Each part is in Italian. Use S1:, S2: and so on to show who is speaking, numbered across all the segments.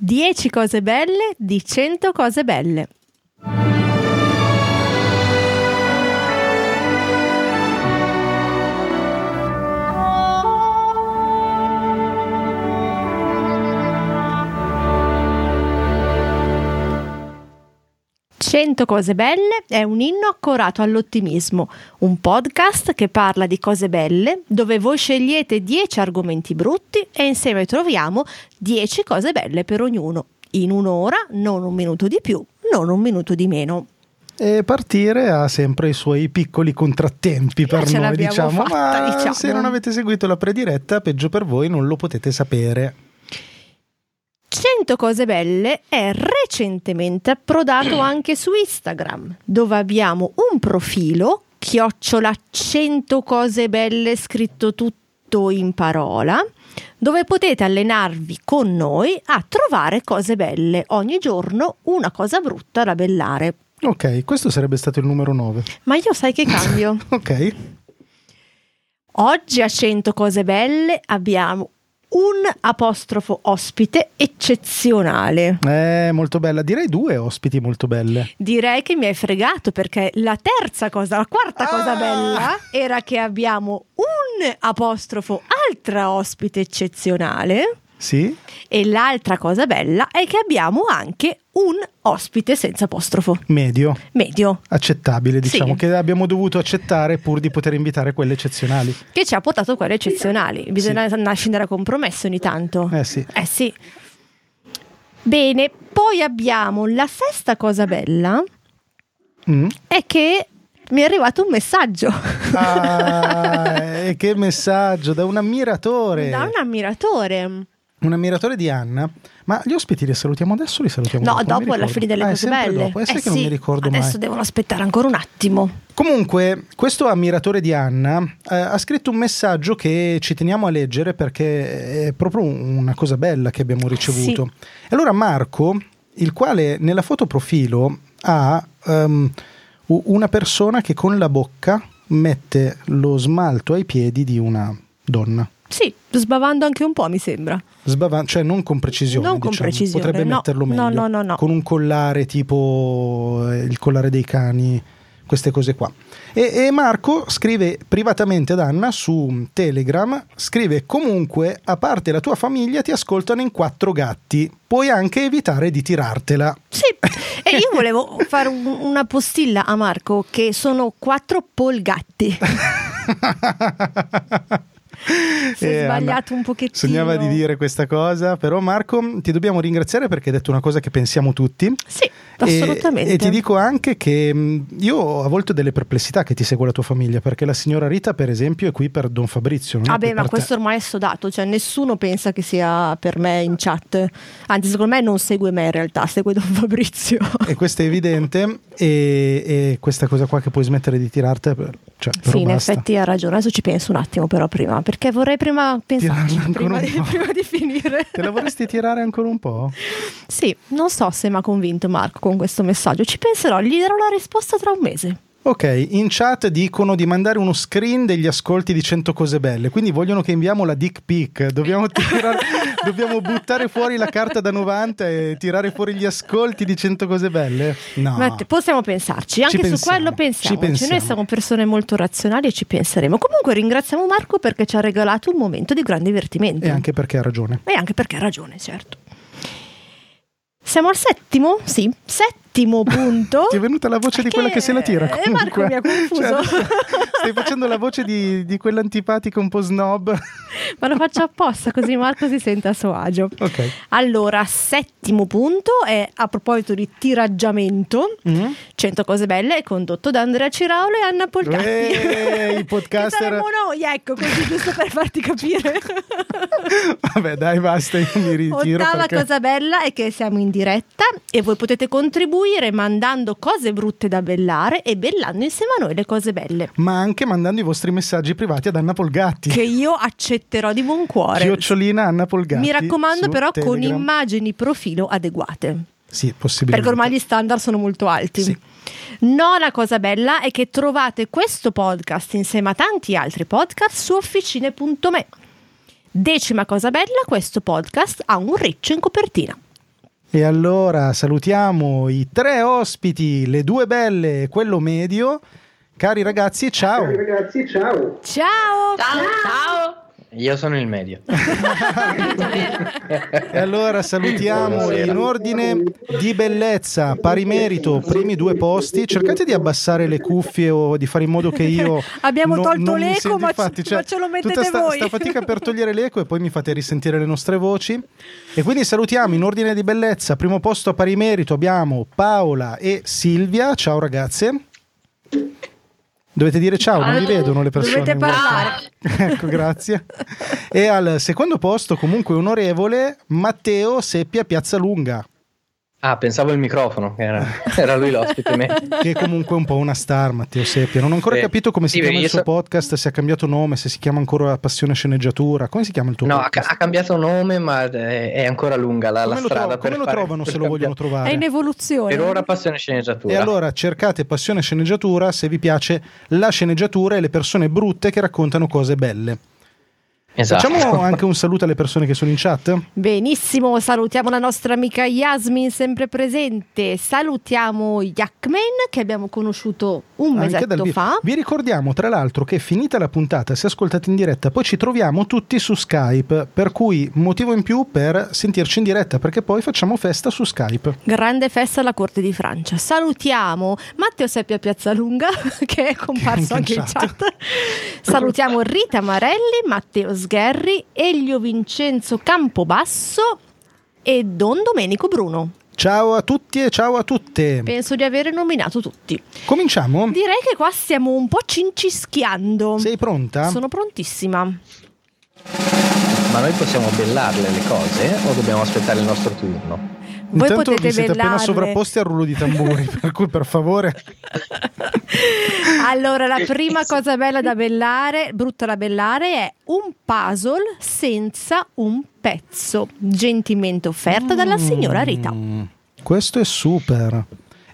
S1: 10 cose belle di 100 cose belle. Cento cose belle è un inno accorato all'ottimismo, un podcast che parla di cose belle, dove voi scegliete 10 argomenti brutti e insieme troviamo 10 cose belle per ognuno, in un'ora, non un minuto di più, non un minuto di meno.
S2: E partire ha sempre i suoi piccoli contrattempi per
S1: ce
S2: noi,
S1: l'abbiamo
S2: diciamo,
S1: fatta,
S2: ma
S1: diciamo.
S2: se non avete seguito la prediretta, peggio per voi, non lo potete sapere.
S1: 100 cose belle è recentemente approdato anche su Instagram, dove abbiamo un profilo chiocciola 100 cose belle scritto tutto in parola, dove potete allenarvi con noi a trovare cose belle, ogni giorno una cosa brutta da bellare.
S2: Ok, questo sarebbe stato il numero 9.
S1: Ma io sai che cambio?
S2: Ok,
S1: Oggi a 100 cose belle abbiamo un apostrofo ospite eccezionale.
S2: è molto bella, direi due ospiti molto belle.
S1: Direi che mi hai fregato perché la terza cosa, la quarta cosa
S2: Ah!
S1: bella era che abbiamo un apostrofo altra ospite eccezionale
S2: Sì?
S1: e l'altra cosa bella è che abbiamo anche un ospite senza apostrofo,
S2: Medio,
S1: medio,
S2: accettabile,
S1: Sì.
S2: diciamo, che abbiamo dovuto accettare pur di poter invitare quelle eccezionali.
S1: che ci ha portato quelle eccezionali. Bisogna scendere a compromesso ogni tanto.
S2: Eh sì.
S1: Eh sì. Bene, poi abbiamo la sesta cosa bella
S2: Mm.
S1: è che mi è arrivato un messaggio.
S2: Ah, e che messaggio da un ammiratore.
S1: Da un ammiratore.
S2: Un ammiratore di Anna. Ma gli ospiti li salutiamo adesso o li salutiamo
S1: No,
S2: dopo? Non mi
S1: dopo alla
S2: ricordo.
S1: fine delle
S2: Ah, è
S1: cose
S2: sempre
S1: belle.
S2: Dopo. Eh, sai
S1: Eh
S2: che non
S1: sì,
S2: mi ricordo
S1: Adesso
S2: mai.
S1: devono aspettare ancora un attimo.
S2: Comunque, questo ammiratore di Anna eh, ha scritto un messaggio che ci teniamo a leggere perché è proprio una cosa bella che
S1: Ah,
S2: abbiamo ricevuto. E allora Marco, il quale nella foto profilo ha ehm, u- una persona che con la bocca mette lo smalto ai piedi di una donna.
S1: Sì, sbavando anche un po', mi sembra.
S2: Sbavan- cioè non con precisione,
S1: Non con
S2: diciamo.
S1: precisione,
S2: potrebbe
S1: no,
S2: metterlo
S1: no,
S2: meglio
S1: no, no, no.
S2: con un collare tipo eh, il collare dei cani, queste cose qua. E, e Marco scrive privatamente ad Anna su Telegram, scrive comunque a parte la tua famiglia ti ascoltano in quattro gatti, puoi anche evitare di tirartela.
S1: Sì, e io volevo fare un- una postilla a Marco che sono quattro polgatti. Si è
S2: Eh,
S1: sbagliato un pochettino.
S2: Sognava di dire questa cosa, però Marco ti dobbiamo ringraziare perché hai detto una cosa che pensiamo tutti.
S1: Sì,
S2: E-
S1: assolutamente.
S2: E, ti dico anche che mh, io ho a volte delle perplessità che ti segue la tua famiglia, perché la signora Rita, per esempio, è qui per Don Fabrizio. Non è
S1: Vabbè,
S2: qui
S1: Ah, ma
S2: per te.
S1: questo ormai è sodato, cioè nessuno pensa che sia per me in chat. Anzi, secondo me non segue me in realtà, segue Don Fabrizio.
S2: E questo è evidente, e, e questa cosa qua che puoi smettere di tirarti, per- cioè, però
S1: Sì, in
S2: basta.
S1: effetti ha ragione. Adesso ci penso un attimo, però, prima, perché vorrei prima
S2: Tirarla
S1: pensarci
S2: ancora
S1: prima
S2: un
S1: di,
S2: po'.
S1: prima di finire.
S2: Te la vorresti tirare ancora un po'?
S1: Sì, non so se mi ha convinto Marco con questo messaggio. Ci penserò, gli darò la risposta tra un mese.
S2: Ok, in chat dicono di mandare uno screen degli ascolti di 100 cose belle, quindi vogliono che inviamo la dick pic, dobbiamo, tirare- dobbiamo buttare fuori la carta da 90 e tirare fuori gli ascolti di 100 cose belle? No.
S1: Ma te- possiamo pensarci, anche su
S2: pensiamo,
S1: quello
S2: ci
S1: pensiamo. Cioè, Noi
S2: pensiamo.
S1: siamo persone molto razionali e ci penseremo. Comunque ringraziamo Marco perché ci ha regalato un momento di gran divertimento.
S2: E anche perché ha ragione.
S1: E anche perché ha ragione, certo. Siamo al settimo? Sì, settimo punto.
S2: Ti è venuta la voce di quella che se la tira.
S1: Oh, Eh, Marco
S2: comunque.
S1: mi ha confuso.
S2: Cioè, adesso stai facendo la voce di, di quell'antipatica un po' snob.
S1: Ma lo faccio apposta così Marco si sente a suo agio.
S2: Ok.
S1: Allora, settimo punto è a proposito di tiraggiamento.
S2: Mm?
S1: 100 cose belle è condotto da Andrea Ciraulo e Anna Polgatti.
S2: Eh, i
S1: Che
S2: podcaster-
S1: saremmo noi, ecco, così giusto per farti capire.
S2: Vabbè, dai, basta, io mi ritiro.
S1: Ottava
S2: perché-
S1: cosa bella è che siamo in diretta e voi potete contribuire mandando cose brutte da bellare e bellando insieme a noi le cose belle.
S2: Ma anche mandando i vostri messaggi privati ad Anna Polgatti.
S1: Che io accetterò di buon cuore.
S2: Chiocciolina Anna Polgatti.
S1: Mi raccomando,
S2: su
S1: però, con
S2: Telegram.
S1: immagini profilo adeguate.
S2: Sì, possibilmente.
S1: Perché ormai gli standard sono molto alti.
S2: Sì.
S1: Nona cosa bella è che trovate questo podcast insieme a tanti altri podcast su officine.me. Decima cosa bella, questo podcast ha un riccio in copertina.
S2: E allora salutiamo i tre ospiti, le due belle e quello medio. Cari ragazzi, ciao.
S3: Cari ragazzi, ciao.
S1: Ciao.
S4: Ciao. ciao.
S5: Io sono il medio.
S2: e allora salutiamo Buonasera. in ordine di bellezza, pari merito, primi due posti. Cercate di abbassare le cuffie o di fare in modo che io.
S1: Abbiamo no, tolto l'eco, ma, fatti,
S2: cioè,
S1: ma ce lo mettete
S2: tutta sta,
S1: voi.
S2: sta fatica per togliere l'eco e poi mi fate risentire le nostre voci. E quindi salutiamo in ordine di bellezza, primo posto a pari merito abbiamo Paola e Silvia. Ciao ragazze. Dovete dire ciao, non vi vedono le persone.
S1: Dovete parlare.
S2: ecco, grazie. E al secondo posto, comunque onorevole, Matteo Seppia Piazzalunga.
S5: Ah, pensavo il microfono, era, era lui l'ospite. me.
S2: Che è comunque un po' una star, Matteo Seppia. Non ho ancora eh, capito come si sì, chiama il suo so... podcast, se ha cambiato nome, se si chiama ancora Passione Sceneggiatura. Come si chiama il tuo
S5: no,
S2: podcast?
S5: No, ha cambiato nome, ma eh, è ancora lunga la, la strada.
S2: Tro- come lo
S5: fare,
S2: trovano se lo vogliono trovare?
S1: È in evoluzione.
S5: Per ora Passione Sceneggiatura.
S2: E allora cercate Passione Sceneggiatura se vi piace la sceneggiatura e le persone brutte che raccontano cose belle.
S5: Esatto.
S2: Facciamo anche un saluto alle persone che sono in chat.
S1: Benissimo, salutiamo la nostra amica Yasmin, sempre presente. Salutiamo Jackman che abbiamo conosciuto un mesetto
S2: vi-
S1: fa.
S2: Vi ricordiamo tra l'altro che finita la puntata, se ascoltate in diretta, poi ci troviamo tutti su Skype, per cui motivo in più per sentirci in diretta perché poi facciamo festa su Skype.
S1: Grande festa alla Corte di Francia. Salutiamo Matteo Seppia Piazzalunga che è comparso anche, in chat. chat. salutiamo Rita Marelli, Matteo Sghi Sgherri, Elio Vincenzo Campobasso e Don Domenico Bruno.
S2: Ciao a tutti e ciao a tutte.
S1: Penso di aver nominato tutti.
S2: Cominciamo?
S1: Direi che qua stiamo un po' cincischiando.
S2: Sei pronta?
S1: Sono prontissima.
S5: Ma noi possiamo bellarle le cose o dobbiamo aspettare il nostro turno?
S1: Voi
S2: Intanto
S1: potete
S2: vi siete
S1: bellarle.
S2: appena sovrapposti al rullo di tamburi, per cui per favore.
S1: allora, la prima cosa bella da bellare, brutta da bellare, è un puzzle senza un pezzo, gentilmente offerta dalla
S2: Mm,
S1: signora Rita.
S2: Questo è super.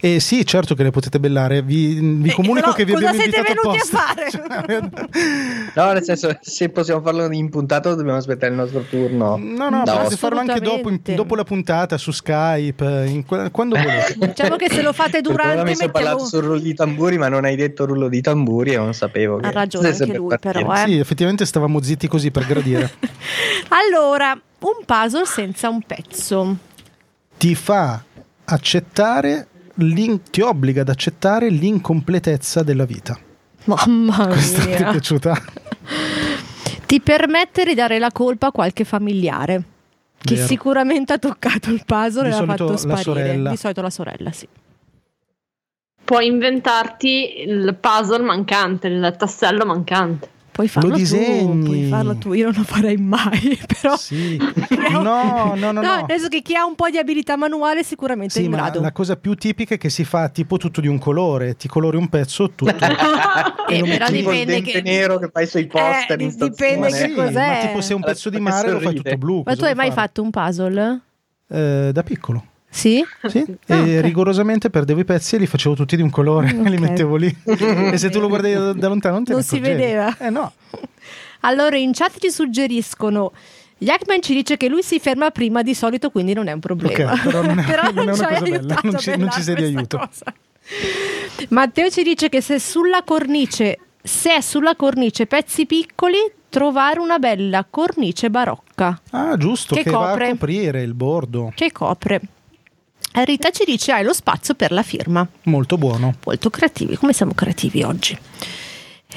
S2: E sì, certo che le potete bellare, vi, vi
S1: Eh, però
S2: comunico che vi
S1: cosa
S2: abbiamo
S1: siete
S2: invitato
S1: venuti a
S2: apposta. Cioè,
S1: fare?
S5: No, nel senso, se possiamo farlo in puntata o dobbiamo aspettare il nostro turno?
S2: No, no,
S5: Da
S2: potete
S5: ospite.
S2: farlo anche dopo, in-
S1: Assolutamente.
S2: dopo la puntata su Skype, eh, in que- quando volete.
S1: Diciamo che se lo fate
S5: Per ora
S1: durante
S5: mi sono
S1: mettiamo-
S5: parlato sul rullo di tamburi, ma non hai detto rullo di tamburi e non sapevo. Che...
S1: Ha ragione
S5: Sempre
S1: anche lui,
S5: partire.
S1: però, eh.
S2: Sì, effettivamente stavamo zitti così per gradire.
S1: Allora, un puzzle senza un pezzo.
S2: ti fa accettare, l'in- ti obbliga ad accettare l'incompletezza della vita.
S1: Oh Mamma
S2: Questa ti è
S1: mia.
S2: piaciuta?
S1: Ti permette di dare la colpa a qualche familiare che
S2: Vero.
S1: sicuramente ha toccato il puzzle
S2: Di
S1: e l'ha
S2: solito
S1: fatto
S2: la
S1: sparire.
S2: sorella.
S1: Di solito la sorella, sì.
S4: Puoi inventarti il puzzle mancante, il tassello mancante.
S1: Puoi farlo
S2: disegni.
S1: tu, puoi farlo tu, io non lo farei mai, però
S2: Sì. No, no, no, no.
S1: adesso che chi ha un po' di abilità manuale sicuramente è
S2: Sì,
S1: in
S2: ma
S1: grado.
S2: la cosa più tipica è che si fa tipo tutto di un colore, ti colori un pezzo tutto.
S1: Eh, però
S5: Tipo il
S1: dipende
S5: dente
S1: che
S5: nero che fai sui poster
S1: Eh,
S5: in
S1: dipende
S2: ma
S5: stazione.
S1: che
S2: sì,
S1: cos'è?
S2: ma tipo se è un
S5: Alla
S2: pezzo di
S5: persona
S2: mare
S5: che
S2: lo fai
S5: sorride.
S2: tutto blu.
S1: Ma
S2: cosa
S1: tu hai
S2: vuoi
S1: mai
S2: fare?
S1: fatto un puzzle?
S2: Eh, da piccolo.
S1: Sì?
S2: Sì,
S1: Ah,
S2: e
S1: ok.
S2: rigorosamente perdevo i pezzi e li facevo tutti di un colore, li
S1: Ok.
S2: mettevo lì. e se tu lo guardavi da, da lontano non te ne
S1: Non si
S2: accorgevi.
S1: vedeva.
S2: Eh no.
S1: Allora in chat ci suggeriscono Jackman ci dice che lui si ferma prima di solito, quindi non è un problema.
S2: Ok, però non è- non è una
S1: ci hai
S2: cosa bella,
S1: aiutato
S2: non
S1: a
S2: ci- non ci sei di
S1: bellare
S2: aiuto.
S1: questa cosa. Matteo ci dice che se sulla cornice, se è sulla cornice pezzi piccoli, trovare una bella cornice barocca
S2: Ah, giusto, che,
S1: Che
S2: va a
S1: copre.
S2: coprire il bordo.
S1: che copre. Rita ci dice hai lo spazio per la firma.
S2: Molto buono.
S1: Molto creativi, come siamo creativi oggi.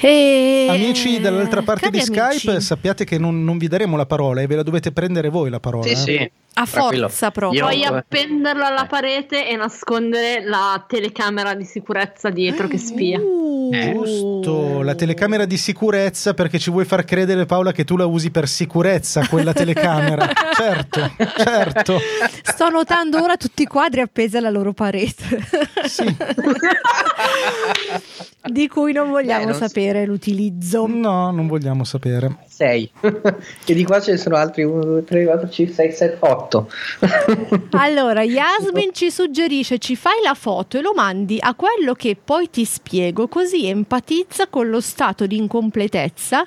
S1: E-
S2: Amici dall'altra parte
S1: Ehm, Cari
S2: di Skype,
S1: amici,
S2: sappiate che non, non vi daremo la parola e ve la dovete prendere voi la parola.
S5: Sì,
S2: eh.
S5: sì.
S1: a
S5: Tranquillo.
S1: forza proprio.
S5: Io-
S4: Puoi appenderlo alla
S5: Eh.
S4: parete e nascondere la telecamera di sicurezza dietro che spia.
S1: Uh.
S5: Eh.
S2: Giusto, la telecamera di sicurezza perché ci vuoi far credere Paola che tu la usi per sicurezza quella telecamera. certo, certo.
S1: Sto notando ora tutti i quadri appesi alla loro parete.
S2: Sì.
S1: Di cui non vogliamo
S5: Beh, non
S1: sapere l'utilizzo.
S2: No, non vogliamo sapere.
S5: 6 e di qua ce ne sono altri 1, 2, 3, 4, 5, 6, 7, 8
S1: Allora, Yasmin ci suggerisce: ci fai la foto e lo mandi a quello che poi ti spiego, così empatizza con lo stato di incompletezza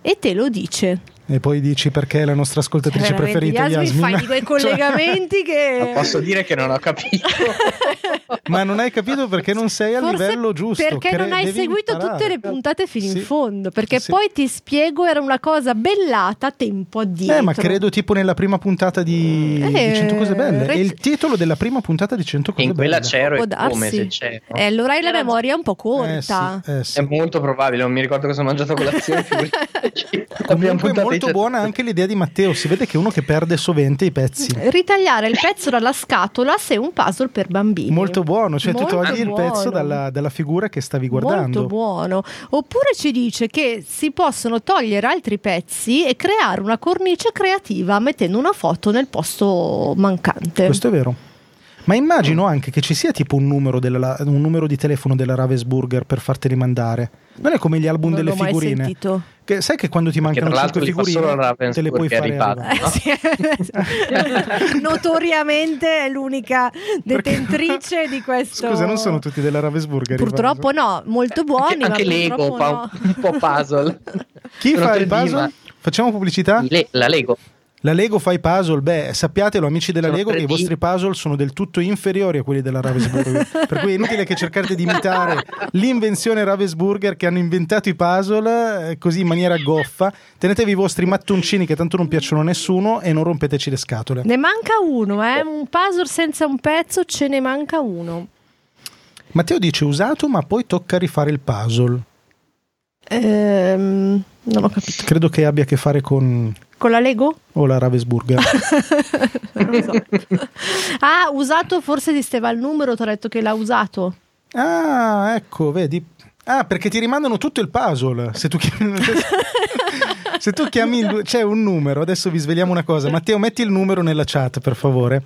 S1: e te lo dice.
S2: E poi dici perché è la nostra ascoltatrice
S1: Veramente,
S2: preferita,
S1: Yasmin,
S2: Yasmin.
S1: fai di quei
S2: Cioè,
S1: collegamenti che...
S5: Posso dire che non ho capito.
S2: ma non hai capito perché non sei al
S1: Forse
S2: livello giusto.
S1: Perché non
S2: cre-
S1: hai
S2: devi
S1: seguito
S2: imparare.
S1: tutte le puntate fino
S2: Sì.
S1: in fondo. Perché
S2: Sì.
S1: poi ti spiego, era una cosa bellata tempo addietro.
S2: Eh, ma credo tipo nella prima puntata di, di
S1: Eh,
S2: 100 cose belle. È
S1: rec-
S2: il titolo della prima puntata di 100
S5: E
S2: cose
S5: in quella
S2: belle.
S5: c'ero
S1: Può
S5: e come
S1: darsi.
S5: se c'ero.
S1: Eh, allora hai la
S4: Era già-
S1: memoria un po' corta.
S2: Eh sì, eh sì.
S5: È molto probabile, non mi ricordo cosa ho mangiato a colazione. figurati. Abbiamo
S2: Comunque è
S5: puntato
S2: molto
S5: i-
S2: buona anche l'idea di Matteo. Si vede che è uno che perde sovente i pezzi.
S1: Ritagliare il pezzo dalla scatola se è un puzzle per bambini.
S2: Molto buono, cioè tu
S1: Molto
S2: togli il
S1: buono.
S2: pezzo dalla, dalla figura che stavi guardando.
S1: Molto buono. Oppure ci dice che si possono togliere altri pezzi e creare una cornice creativa mettendo una foto nel posto mancante.
S2: Questo è vero. Ma immagino anche che ci sia tipo un numero, della- un numero di telefono della Ravensburger per farteli mandare. Non è come gli album
S1: non
S2: delle
S1: l'ho mai
S2: figurine.
S1: sentito.
S2: Che sai che quando ti
S5: Perché
S2: mancano
S5: tra l'altro
S2: 5
S5: li fa
S2: figurine
S5: solo la
S2: te le puoi
S5: Ravensburger
S2: fare
S5: e Ripalda.
S2: arrivare.
S1: Eh, sì. Notoriamente è l'unica
S2: Perché-
S1: detentrice di questo.
S2: Scusa, non sono tutti della Ravensburger.
S1: Purtroppo
S2: Ivan.
S1: no, molto buoni,
S5: Anche, anche
S1: ma
S5: Lego
S1: purtroppo
S5: fa
S1: no.
S5: un po' puzzle.
S2: Chi
S5: Sono
S2: fa
S5: tre
S2: il
S5: D,
S2: puzzle?
S5: ma-
S2: Facciamo pubblicità?
S5: Le- la Lego.
S2: La Lego fa i puzzle. Beh, sappiatelo, amici della
S5: Sono
S2: Lego, che i
S5: 3D.
S2: vostri puzzle sono del tutto inferiori a quelli della Ravensburger. per cui è inutile che cercate di imitare l'invenzione Ravensburger che hanno inventato i puzzle eh, così in maniera goffa. Tenetevi i vostri mattoncini che tanto non piacciono a nessuno e non rompeteci le scatole.
S1: Ne manca uno, eh?
S5: Oh.
S1: un puzzle senza un pezzo ce ne manca uno.
S2: Matteo dice usato, ma poi tocca rifare il puzzle.
S1: Ehm, non ho capito.
S2: Credo che abbia a che fare con
S1: Con la Lego?
S2: o la Ravensburger.
S1: Non lo so. ah, usato forse esisteva il numero, ti ho detto che l'ha usato.
S2: Ah, ecco, vedi. Ah, perché ti rimandano tutto il puzzle. Se tu chiami, se tu chiami il- c'è un numero, adesso vi svegliamo una cosa. Matteo, metti il numero nella chat, per favore.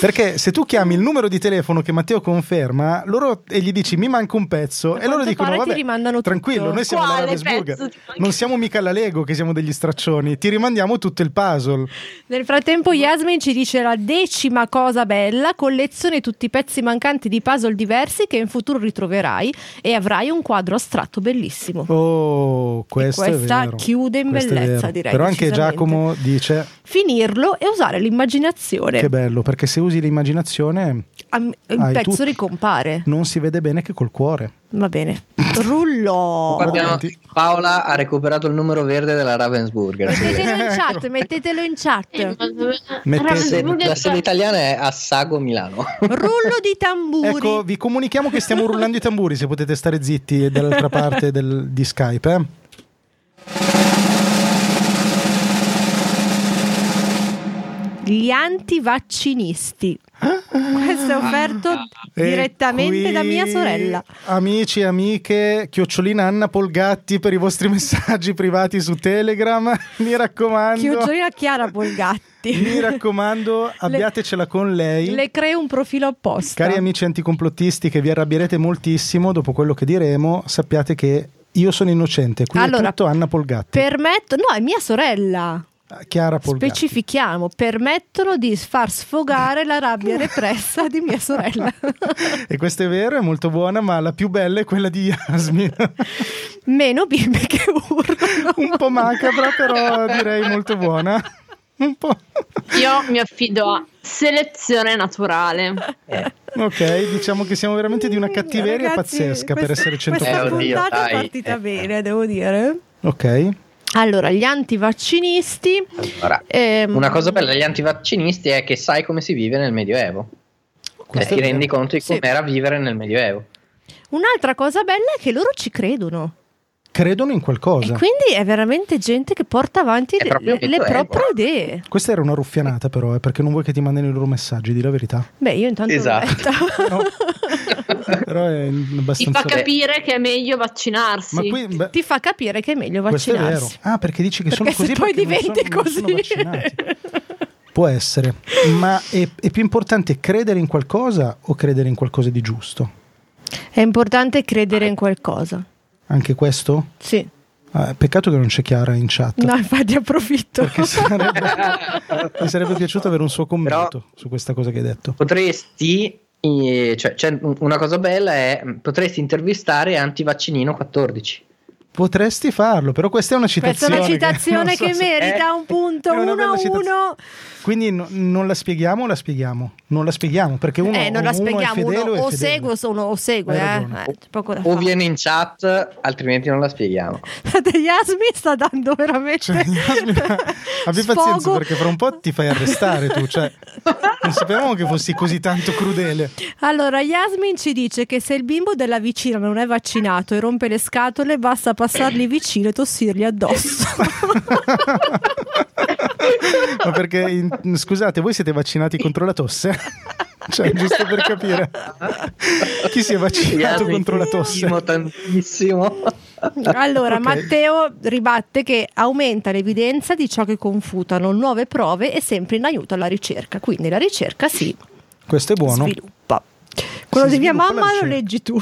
S2: Perché se tu chiami il numero di telefono che Matteo conferma, loro e gli dici "Mi manca un pezzo" e
S1: quanto
S2: loro dicono
S1: pare ti
S2: "Vabbè,
S1: rimandano tutto."
S2: tranquillo, noi siamo alla
S4: Quale
S2: Ravensburger.
S4: pezzo ti manca?
S2: Non siamo mica alla Lego che siamo degli straccioni, ti rimandiamo tutto il puzzle".
S1: Nel frattempo Yasmin ci dice la decima cosa bella, collezione tutti i pezzi mancanti di puzzle diversi che in futuro ritroverai e avrai un quadro astratto bellissimo.
S2: Oh, questo è
S1: questa
S2: vero.
S1: chiude in
S2: Questo è
S1: bellezza,
S2: vero.
S1: direi,
S2: Però anche
S1: decisamente.
S2: Giacomo dice
S1: Finirlo e usare l'immaginazione.
S2: Che bello, perché se usi l'immaginazione
S1: Am- il
S2: Hai
S1: pezzo
S2: tutto.
S1: ricompare.
S2: non si vede bene che col cuore.
S1: Va bene. Rullo.
S5: Qua abbiamo-
S2: guardi.
S5: Paola ha recuperato il numero verde della Ravensburger.
S1: Mettetelo in chat, mettetelo in chat.
S2: Mettete-
S5: La sede,
S4: Ah, Ravensburger-
S5: la sede italiana è a Sago Milano.
S1: Rullo di tamburi.
S2: Ecco, vi comunichiamo che stiamo rullando i tamburi, se potete stare zitti dall'altra parte del- di Skype. eh.
S1: Gli antivaccinisti. Questo è offerto
S2: Ah. E
S1: direttamente
S2: qui,
S1: da mia sorella.
S2: Amici e amiche, chiocciolina Anna Polgatti per i vostri messaggi privati su Telegram, mi raccomando.
S1: Chiocciolina Chiara Polgatti.
S2: Mi raccomando, abbiatecela con lei.
S1: Le creo un profilo apposta.
S2: Cari amici anticomplottisti che vi arrabbierete moltissimo dopo quello che diremo, sappiate che io sono innocente, quindi
S1: Allora,
S2: è tutto Anna Polgatti,
S1: Permetto, no, è mia sorella.
S2: Chiara Polgatti.
S1: Specifichiamo, permettono di far sfogare la rabbia repressa di mia sorella.
S2: e questo è vero, è molto buona, ma la più bella è quella di Yasmin.
S1: Meno bimbe che urlano.
S2: Un po' macabra, però direi molto buona. Un po'.
S4: Io mi affido a selezione naturale.
S2: Ok, diciamo che siamo veramente di una cattiveria
S1: Mm, Ragazzi,
S2: pazzesca per
S1: questa-
S2: essere 100
S1: Questa
S5: Eh, oddio,
S1: puntata è
S5: dai.
S1: partita
S5: Eh.
S1: bene, devo dire.
S2: Ok.
S1: Allora, gli antivaccinisti.
S5: Allora,
S1: ehm,
S5: una cosa bella degli antivaccinisti è che sai come si vive nel Medioevo. Cioè,
S2: Questo
S5: ti
S2: è
S5: rendi conto di
S1: Sì.
S5: com'era vivere nel Medioevo.
S1: Un'altra cosa bella è che loro ci credono.
S2: Credono in
S1: E
S2: qualcosa.
S1: quindi è veramente gente che porta avanti
S5: È
S1: le,
S5: proprio
S1: le
S5: questo, eh,
S1: proprie idee.
S2: Questa era una ruffianata, però, eh, perché non vuoi che ti mandino i loro messaggi, di la verità.
S1: Beh, io intanto l'ho
S5: Esatto.
S1: letta.
S2: No. Però è
S4: Ti fa
S2: abbastanza.
S4: capire che è meglio vaccinarsi.
S2: Ma qui, beh,
S1: Ti fa capire che è meglio
S2: questo è vero.
S1: vaccinarsi.
S2: Ah, perché dici che
S1: Perché
S2: sono
S1: se
S2: così
S1: poi
S2: perché non
S1: diventi
S2: sono- non sono
S1: così.
S2: vaccinati. Può essere, ma è, è più importante credere in qualcosa o credere in qualcosa di giusto?
S1: È importante credere in qualcosa.
S2: Anche questo?
S1: Sì.
S2: Ah, peccato che non c'è Chiara in chat.
S1: No, infatti approfitto.
S2: Perché sarebbe, mi sarebbe piaciuto avere un suo commento
S5: Però-
S2: su questa cosa che hai detto.
S5: Potresti, eh, cioè, c'è un- una cosa bella è mm, potresti intervistare Antivaccinino 14.
S2: Potresti farlo, però questa è una
S1: Questa è
S2: citazione.
S1: una citazione
S2: non
S1: che,
S2: so se-
S1: merita
S2: eh,
S1: un punto
S2: è una
S1: 1
S2: bella
S1: a
S2: citazione.
S1: 1.
S2: Quindi no- non la spieghiamo o la spieghiamo? Non la spieghiamo perché uno,
S1: Eh, non la
S2: uno è
S1: spieghiamo,
S2: fedele
S1: uno
S2: o è
S1: o
S2: fedele.
S1: segue o sono- o segue,
S2: Hai
S1: eh.
S2: ragione.
S1: Eh, c'è poco da
S5: O
S1: fare.
S5: viene in chat, altrimenti non la spieghiamo.
S1: Guardate, Yasmin sta dando veramente
S2: Cioè, Yasmin, abbi pazienza
S1: sfogo.
S2: perché fra un po' ti fai arrestare tu, cioè, non sapevamo che fossi così tanto crudele.
S1: Allora, Yasmin ci dice che se il bimbo della vicina non è vaccinato e rompe le scatole, basta passargli vicino e tossirgli addosso.
S2: Ma perché, in- scusate, voi siete vaccinati contro la tosse? Cioè, giusto per capire. Chi si è vaccinato
S5: Yasmin,
S2: contro la tosse?
S5: tantissimo, Tantissimo.
S1: Allora,
S2: Ok.
S1: Matteo ribatte che aumenta l'evidenza di ciò che confutano nuove prove e sempre in aiuto alla ricerca. Quindi la ricerca si
S2: Questo è buono.
S1: sviluppa. Quello
S2: Si
S1: di mia
S2: sviluppa la
S1: mamma lo
S2: ricerca.
S1: leggi tu.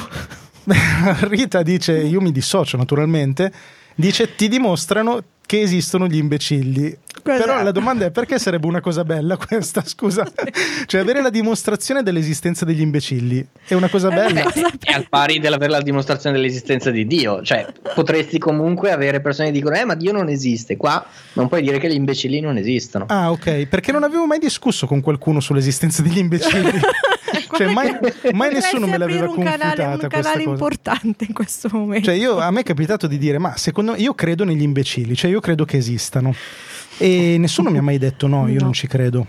S2: Rita dice, io mi dissocio naturalmente, dice ti dimostrano che esistono gli imbecilli.
S1: Guarda. Eh,
S2: Però la domanda è perché sarebbe una cosa bella questa, scusa? Cioè avere la dimostrazione dell'esistenza degli imbecilli è una cosa
S1: È una
S2: bella.
S1: cosa-
S5: Beh, è al pari dell'avere la dimostrazione dell'esistenza di Dio. Cioè, potresti comunque avere persone che dicono: Eh, ma Dio non esiste. Qua non puoi dire che gli imbecilli non esistono.
S2: Ah, ok, perché non avevo mai discusso con qualcuno sull'esistenza degli imbecilli. cioè, mai, mai
S1: Potresti
S2: nessuno me l'aveva
S1: aprire un canale,
S2: confutata
S1: un
S2: questa
S1: canale
S2: cosa.
S1: importante in questo momento.
S2: Cioè, io, a me è capitato di dire, ma secondo io credo negli imbecilli, cioè io credo che esistano. E nessuno mi ha mai detto no, io
S1: No.
S2: non ci credo.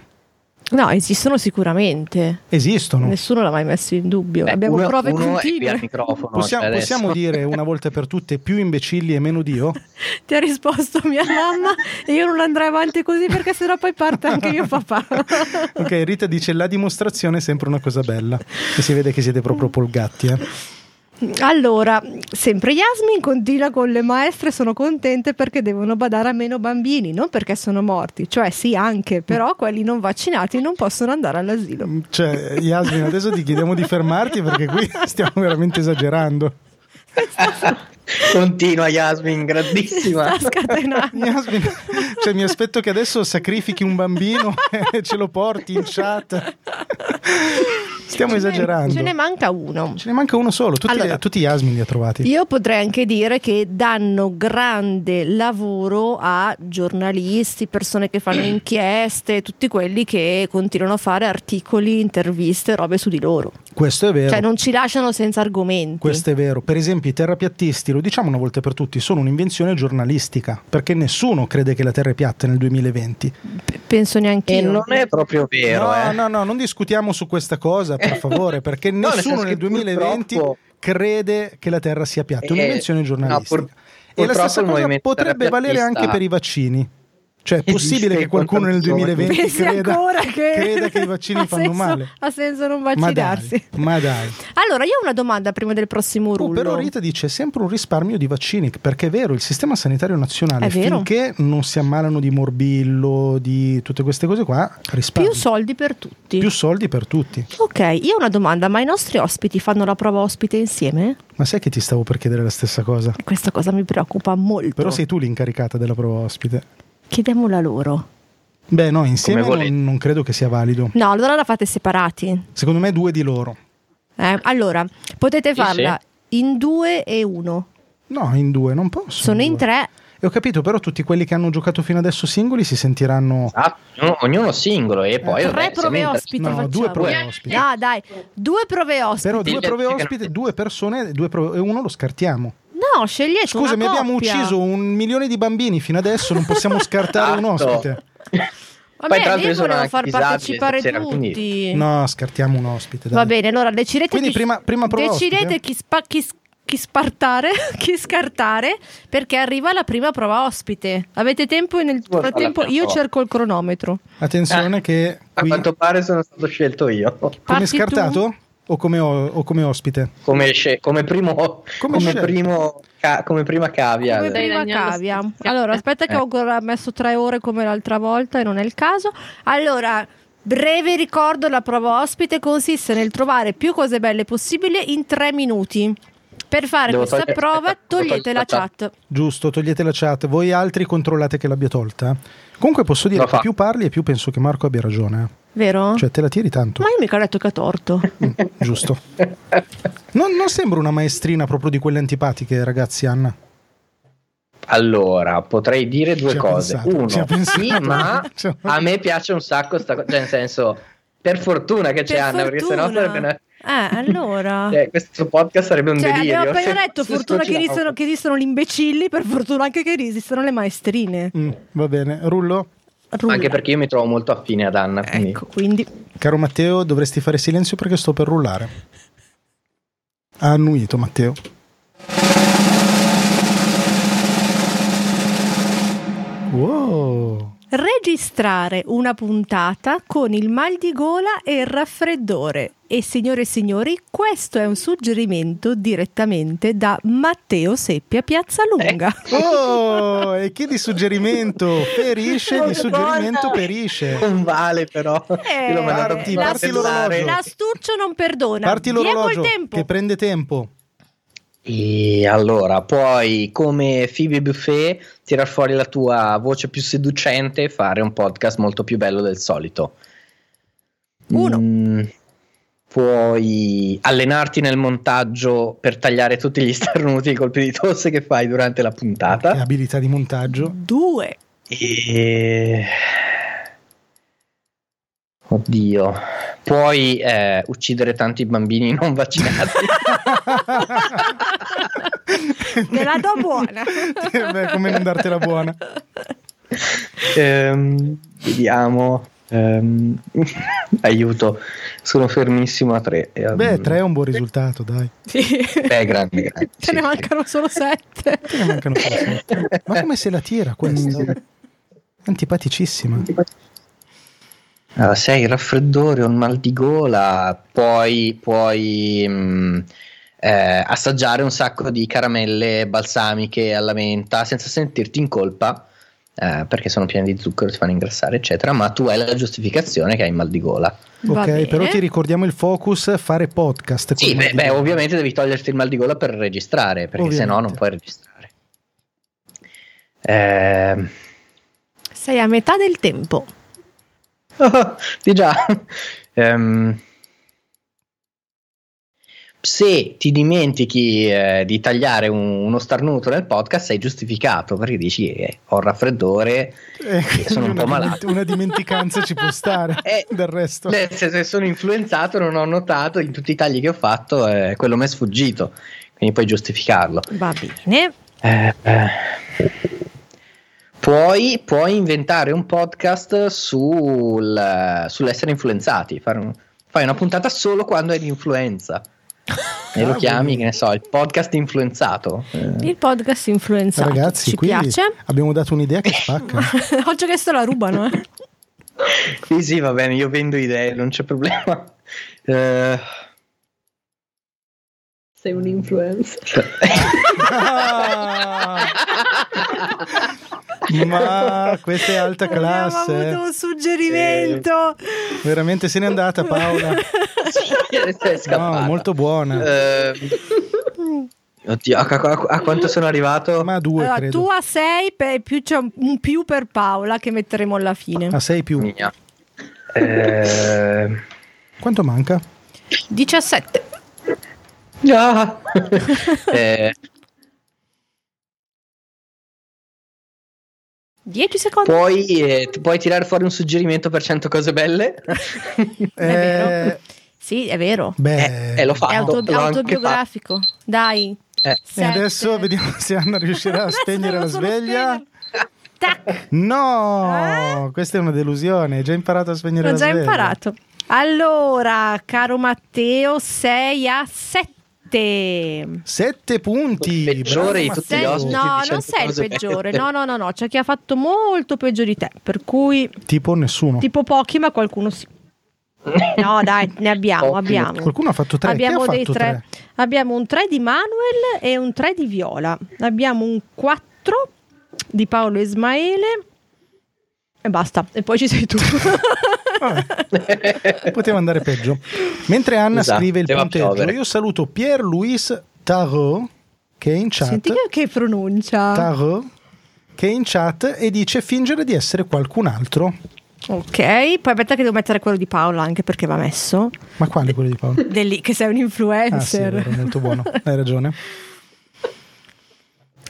S1: No, esistono sicuramente.
S2: Esistono.
S1: Nessuno l'ha mai messo in dubbio.
S5: Beh,
S1: Abbiamo
S5: Cioè, uno,
S1: prove
S5: uno è via
S1: continue.
S5: il microfono.
S2: Possiamo,
S5: cioè, adesso.
S2: possiamo dire una volta per tutte più imbecilli e meno Dio?
S1: Ti ha risposto mia mamma e io non andrei avanti così perché sennò poi parte anche mio papà.
S2: ok, Rita dice la dimostrazione è sempre una cosa bella e si vede che siete proprio polgatti. Eh.
S1: Allora, sempre Yasmin continua con le maestre sono contente perché devono badare a meno bambini, non perché sono morti, cioè sì anche, però quelli non vaccinati non possono andare all'asilo.
S2: Cioè, Yasmin, adesso ti chiediamo di fermarti perché qui stiamo veramente esagerando.
S5: Continua, Yasmin,
S1: Si
S5: grandissima.
S1: sta scatenando.
S2: Yasmin, cioè, mi aspetto che adesso sacrifichi un bambino e ce lo porti in chat. Stiamo esagerando.
S1: Ce ne manca uno.
S2: Ce ne manca uno solo, tutti,
S1: Allora.
S2: tutti Yasmin li ha trovati.
S1: Io potrei anche dire che danno grande lavoro a giornalisti, persone che fanno inchieste, tutti quelli che continuano a fare articoli, interviste, robe su di loro.
S2: Questo è vero.
S1: Cioè non ci lasciano senza argomenti.
S2: Questo è vero. Per esempio, i terrapiattisti, lo diciamo una volta per tutti, sono un'invenzione giornalistica, perché nessuno crede che la Terra è piatta nel 2020.
S1: P- penso neanche
S2: Eh,
S5: E
S1: io.
S5: non è proprio vero,
S2: no,
S5: eh.
S2: no, no, non discutiamo su questa cosa, per favore, perché
S5: No, nel
S2: nessuno
S5: senso
S2: nel
S5: che
S2: 2020
S5: purtroppo-
S2: crede che la Terra sia piatta, è
S5: Eh,
S2: un'invenzione
S5: no,
S2: giornalistica.
S5: pur-
S2: e la
S5: purtroppo
S2: stessa
S5: il
S2: cosa
S5: movimento
S2: potrebbe valere
S5: terrapiattista-
S2: anche per i vaccini. Cioè, è possibile
S5: Esiste
S2: che qualcuno nel
S5: contro-
S2: 2020
S1: Pensi
S2: creda,
S1: ancora che,
S2: creda che i
S1: ha
S2: vaccini fanno
S1: senso-
S2: male?
S1: Ha senso non
S2: Ma dai,
S1: vaccinarsi.
S2: ma dai.
S1: Allora, io ho una domanda prima del prossimo
S2: Oh,
S1: rullo.
S2: però Rita dice sempre un risparmio di vaccini, perché è vero, il sistema sanitario nazionale,
S1: È vero.
S2: finché non si ammalano di morbillo, di tutte queste cose qua, risparmia.
S1: Più soldi per tutti.
S2: Più soldi per tutti.
S1: Ok, io ho una domanda, ma i nostri ospiti fanno la prova ospite insieme?
S2: Ma sai che ti stavo per chiedere la stessa cosa?
S1: Questa cosa mi preoccupa molto.
S2: Però sei tu l'incaricata della prova ospite.
S1: Chiediamola loro.
S2: Beh, no, insieme
S5: volete.
S2: non, non credo che sia valido.
S1: No, allora la fate separati.
S2: Secondo me due di loro.
S1: Eh, allora, potete
S5: Sì,
S1: farla in due e uno.
S2: No, in due, non posso.
S1: Sono in
S2: due.
S1: tre.
S2: E ho capito, però tutti quelli che hanno giocato fino adesso singoli si sentiranno...
S5: Ah, ognuno, ognuno singolo e poi...
S1: tre
S5: vabbè, se
S1: prove
S5: mi inter-
S1: ospiti.
S2: No,
S1: facciamo.
S2: due prove ospiti.
S1: No, Ah, dai, due prove ospiti.
S2: Però due
S5: Degli
S2: prove
S5: amici che
S2: ospite,
S5: non-
S2: due persone, due prove- e uno lo scartiamo.
S1: No, scegliete
S2: Scusami,
S1: una coppia.
S2: abbiamo ucciso un milione di bambini fino adesso, non possiamo scartare un
S5: Esatto.
S2: ospite.
S1: Vabbè,
S5: Poi, tra l'altro,
S1: io
S5: io sono
S1: volevo
S5: anche
S1: far
S5: disabile
S1: partecipare
S5: stasera, quindi-
S1: tutti.
S2: No, scartiamo un ospite. dai.
S1: Va bene, allora decidete
S2: Quindi
S1: chi,
S2: prima- prima eh. prova
S1: decidete
S2: ospite.
S1: chi, spa- chi s- chi spartare, chi scartare, perché arriva la prima prova ospite. Avete tempo e nel
S5: Guarda,
S1: frattempo
S5: la
S1: io
S5: prima prova.
S1: cerco il cronometro.
S2: Attenzione
S5: Ah.
S2: che
S5: A
S2: qui,
S5: quanto pare sono stato scelto io
S2: come
S1: Parti
S2: scartato
S1: tu.
S2: o come, o- o come ospite?
S5: come, sce- come primo,
S2: Come
S5: come
S2: scelto.
S5: primo ca- come prima cavia.
S1: Come
S4: Dai,
S1: prima
S4: Daniela,
S1: cavia.
S4: sì, sì.
S1: Allora, aspetta che
S5: Eh.
S1: ho ancora messo tre ore come l'altra volta e non è il caso. Allora, breve ricordo, la prova ospite consiste nel trovare più cose belle possibile in tre minuti. Per fare
S5: Devo
S1: questa
S5: togliere-
S1: prova
S5: aspetta, devo
S1: togliete la
S5: togliere la
S1: chat.
S2: Giusto, togliete la chat, voi altri controllate che l'abbia tolta. Comunque posso dire
S5: Lo
S2: che
S5: fa.
S2: più parli e più penso che Marco abbia ragione. eh.
S1: Vero?
S2: Cioè te la tiri tanto,
S1: Ma io mica ho detto che ha torto.
S2: Mm, giusto. Non, non sembra una maestrina proprio di quelle antipatiche, ragazzi, Anna.
S5: Allora, potrei dire due
S2: Ci ha
S5: cose.
S2: pensato, ci ha
S5: Uno, sì,
S2: pensato.
S5: ma
S2: Cioè-
S5: a me piace un sacco sta cosa, cioè nel senso, per fortuna che c'è
S1: Per
S5: Anna, perché sennò
S1: fortuna.
S5: sarebbe una-
S1: Eh, allora.
S5: Cioè, questo podcast sarebbe un
S1: Cioè,
S5: delirio.
S1: abbiamo appena
S5: se-
S1: detto
S5: se
S1: fortuna che
S5: esplodiamo.
S1: esistono, che esistono gli imbecilli, per fortuna anche che esistono le maestrine.
S2: Mm, va bene, Rullo,
S1: Rulla.
S5: Anche perché io mi trovo molto affine ad Anna, quindi
S1: Ecco, quindi...
S2: caro Matteo, dovresti fare silenzio perché sto per rullare. Ha annuito Matteo. Wow.
S1: Registrare una puntata con il mal di gola e il raffreddore. E signore e signori, questo è un suggerimento direttamente da Matteo Seppia Piazzalunga.
S2: Eh. Oh, e chi di suggerimento ferisce, di suggerimento perisce.
S5: non vale però.
S1: Ecco. Eh,
S5: Io l'ho mandato
S2: parti-
S5: prima
S2: parti
S5: al cellulare.
S2: l'orologio.
S1: L'astuccio non perdona.
S2: Parti
S1: Diamo
S2: l'orologio
S1: il tempo.
S2: che prende tempo.
S5: E allora, poi come Phoebe Buffet, tirar fuori la tua voce più seducente e fare un podcast molto più bello del solito.
S1: Uno.
S5: Mm, puoi allenarti nel montaggio per tagliare tutti gli starnuti e i colpi di tosse che fai durante la
S2: E
S5: puntata.
S2: Abilità di montaggio.
S1: Due.
S5: E... Oddio, puoi eh, uccidere tanti bambini non vaccinati.
S1: Me la do buona.
S2: Eh beh, come non dartela buona.
S5: Ehm, vediamo. Ehm, aiuto, sono fermissimo a tre. Ehm,
S2: Beh, tre è un buon risultato, dai.
S1: Sì.
S5: Beh, grande, grande.
S1: Te ne
S5: sì.
S1: mancano solo sette.
S2: Te ne mancano solo sette. Ma come se la tira
S5: Mm.
S2: questo? Antipaticissima.
S5: Allora, se hai il raffreddore o il mal di gola, poi puoi mm, eh, assaggiare un sacco di caramelle balsamiche alla menta senza sentirti in colpa. eh, perché sono piene di zucchero, ti fanno ingrassare, eccetera. Ma tu hai la giustificazione che hai il mal di gola.
S1: Va bene.
S2: Ok, però ti ricordiamo il focus fare podcast.
S5: Sì,
S2: quindi-
S5: beh, beh, ovviamente devi toglierti il mal di gola per registrare, perché se no
S2: Ovviamente.
S5: non puoi registrare. Ehm,
S1: Sei a metà del tempo.
S5: di già. Ehm, se ti dimentichi eh, di tagliare un- uno starnuto nel podcast, sei giustificato perché dici eh, ho il raffreddore,
S2: Eh, quindi
S5: sono un
S2: una
S5: po'
S2: diment-
S5: malato.
S2: Una dimenticanza ci può stare.
S5: Eh,
S2: del resto.
S5: Nel senso che sono influenzato, non ho notato in tutti i tagli che ho fatto, eh, quello mi è sfuggito, quindi puoi giustificarlo.
S1: Va bene.
S5: Eh, eh. Puoi, puoi inventare un podcast sul, sull'essere influenzati, fare un- fai una puntata solo quando hai l'influenza. E lo
S2: Cavolo.
S5: chiami, che ne so, il podcast influenzato. Eh,
S1: Il podcast influenzato.
S2: Ragazzi,
S1: Ci
S2: qui
S1: piace?
S2: abbiamo dato un'idea che spacca.
S1: Oggi che sto la rubano, eh.
S5: sì, sì, va bene, io vendo idee, non c'è problema. Eh,
S4: Sei un influencer.
S2: Cioè. Ah, ma questa è alta
S1: Abbiamo
S2: classe.
S1: avuto un suggerimento.
S2: eh. Veramente se n'è andata Paola.
S5: sei scappata.
S2: No, molto buona.
S5: Eh, oddio, a, a- a quanto sono arrivato?
S2: Ma a due,
S1: Allora,
S2: credo.
S1: tu a 6 più c'è un, un più per Paola che metteremo alla fine.
S2: A Ah, sei più.
S5: Mia. Eh,
S2: Quanto manca?
S1: 17.
S5: Ah! Eh,
S1: 10 secondi.
S5: puoi, eh, ti- puoi tirare fuori un suggerimento per 100 cose belle?
S1: È
S2: Eh.
S1: vero. Sì, è vero.
S2: Beh,
S5: Eh, eh, l'ho
S1: È
S5: fatto.
S1: auto-
S5: l'ho anche
S1: autobiografico. Dai.
S5: Eh.
S2: e adesso
S1: Sette.
S2: vediamo se Anna riuscirà a
S1: Adesso
S2: spegnere
S1: devo
S2: la
S1: solo
S2: sveglia.
S1: spegnere. Tac.
S2: No, questa è una delusione. Hai già imparato a spegnere
S1: Eh? Ho
S2: la
S1: già
S2: sveglia.
S1: imparato. Allora, caro Matteo, 6 a 7.
S2: Sette punti.
S5: Il peggiore di
S2: bravo
S5: tutti gli
S2: Matteo.
S5: ospiti.
S1: no,
S5: di
S1: non
S5: 100
S1: sei il
S5: cose
S1: peggiore.
S5: belle.
S1: No, no, no, no. C'è chi ha fatto molto peggio di te. Per cui,
S2: Tipo nessuno.
S1: tipo pochi, ma qualcuno sì. Eh, No, dai, ne abbiamo.
S5: Ottimo.
S1: abbiamo.
S2: Qualcuno ha fatto tre. Chi
S1: Abbiamo
S2: ha
S1: dei
S2: fatto
S1: tre. Abbiamo un 3 di Manuel e un 3 di Viola. Abbiamo un 4 di Paolo Ismaele. E basta. E poi ci sei tu.
S2: Vabbè. Poteva andare peggio. Mentre Anna
S5: Esatto,
S2: scrive il
S5: poteva
S2: punteggio,
S5: piovere.
S2: io saluto Pierre-Louis Tarot che è in chat.
S1: Senti che, che pronuncia.
S2: Tarot che è in chat e dice fingere di essere qualcun altro.
S1: Ok, poi aspetta che devo mettere quello di Paola anche perché va messo.
S2: Ma quale è quello di Paolo?
S1: Del lì, che sei un
S2: Ah, sì, è
S1: influencer.
S2: vero, molto buono. Hai ragione.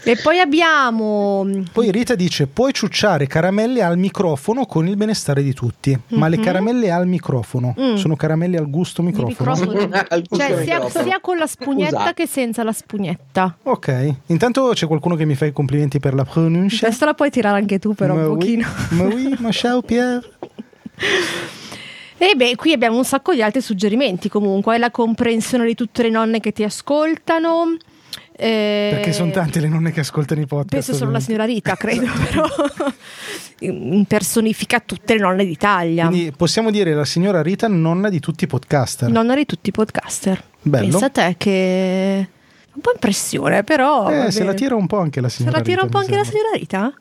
S1: E poi abbiamo...
S2: Poi Rita dice: Puoi ciucciare caramelle al microfono con il benestare di tutti. Ma le
S1: Mhm.
S2: caramelle al microfono
S1: Mm.
S2: sono caramelle al gusto microfono.
S1: microfono.
S5: Al gusto
S1: Cioè,
S5: del
S1: sia,
S5: microfono.
S1: sia con la spugnetta
S5: Scusa.
S1: che senza la spugnetta.
S2: Ok, intanto c'è qualcuno che mi fa i complimenti per la pronuncia.
S1: Adesso la puoi tirare anche tu, però,
S2: Ma
S1: un
S2: oui,
S1: pochino.
S2: ma oui, ma ciao Pierre.
S1: E beh, qui abbiamo un sacco di altri suggerimenti comunque, è la comprensione di tutte le nonne che ti ascoltano. eh,
S2: Perché sono tante le nonne che ascoltano i podcast.
S1: Penso solo la
S2: ovviamente.
S1: signora Rita, credo, però in- personifica tutte le nonne d'Italia.
S2: Quindi possiamo dire la signora Rita, nonna di tutti i podcaster.
S1: Nonna di tutti i podcaster.
S2: Bello.
S1: Pensa a te che... Un po' impressione, però...
S2: Eh,
S1: Oh, va
S2: se la
S1: bene.
S2: tira un po' anche la
S1: Se
S2: signora
S1: la tira
S2: Rita,
S1: un po'
S2: mi
S1: anche la
S2: sembra.
S1: signora Rita?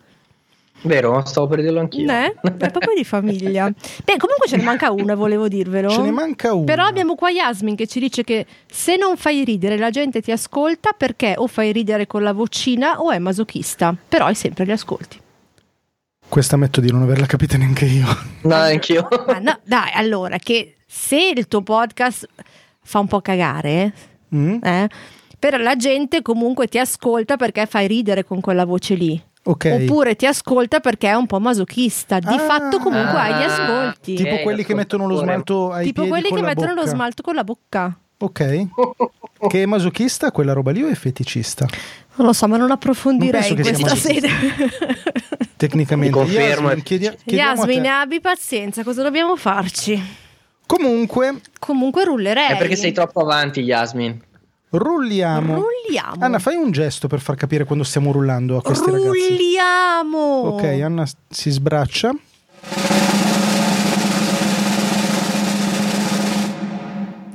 S5: Vero, stavo per dirlo anch'io.
S1: Eh? È proprio di famiglia. Beh, comunque ce ne manca una, volevo dirvelo.
S2: Ce ne manca uno.
S1: Però abbiamo qua Yasmin che ci dice che se non fai ridere la gente ti ascolta perché o fai ridere con la vocina o è masochista, però hai sempre gli ascolti.
S2: Questa metto di non averla capita neanche io.
S5: No, anch'io.
S1: Ma no, dai, allora che se il tuo podcast fa un po' cagare,
S2: Mm?
S1: eh, però la gente comunque ti ascolta perché fai ridere con quella voce lì.
S2: Ok.
S1: Oppure ti ascolta perché è un po' masochista. Di
S2: Ah.
S1: fatto comunque hai gli
S5: Ah.
S1: ascolti.
S2: tipo
S5: Eh,
S2: quelli che mettono lo
S5: ascoltatore.
S2: smalto ai
S1: tipo
S2: piedi
S1: quelli
S2: con
S1: che
S2: la
S1: mettono lo
S2: bocca.
S1: smalto con la bocca.
S2: Ok. Che è masochista quella roba lì o è feticista?
S1: Non lo so, ma non approfondirei
S2: Non
S1: in
S2: penso che
S1: questa
S2: sia
S1: sede.
S2: Tecnicamente.
S5: Mi confermo,
S2: Yasmin,
S5: è
S2: chiedi- chiediamo a te.
S1: Yasmin, abbi pazienza, cosa dobbiamo farci?
S2: Comunque,
S1: Comunque rullerei.
S5: È perché sei troppo avanti, Yasmin.
S2: rulliamo.
S1: Rulliamo.
S2: Anna, fai un gesto per far capire quando stiamo rullando a questi ragazzi.
S1: Rulliamo.
S2: Ok, Anna s- si sbraccia.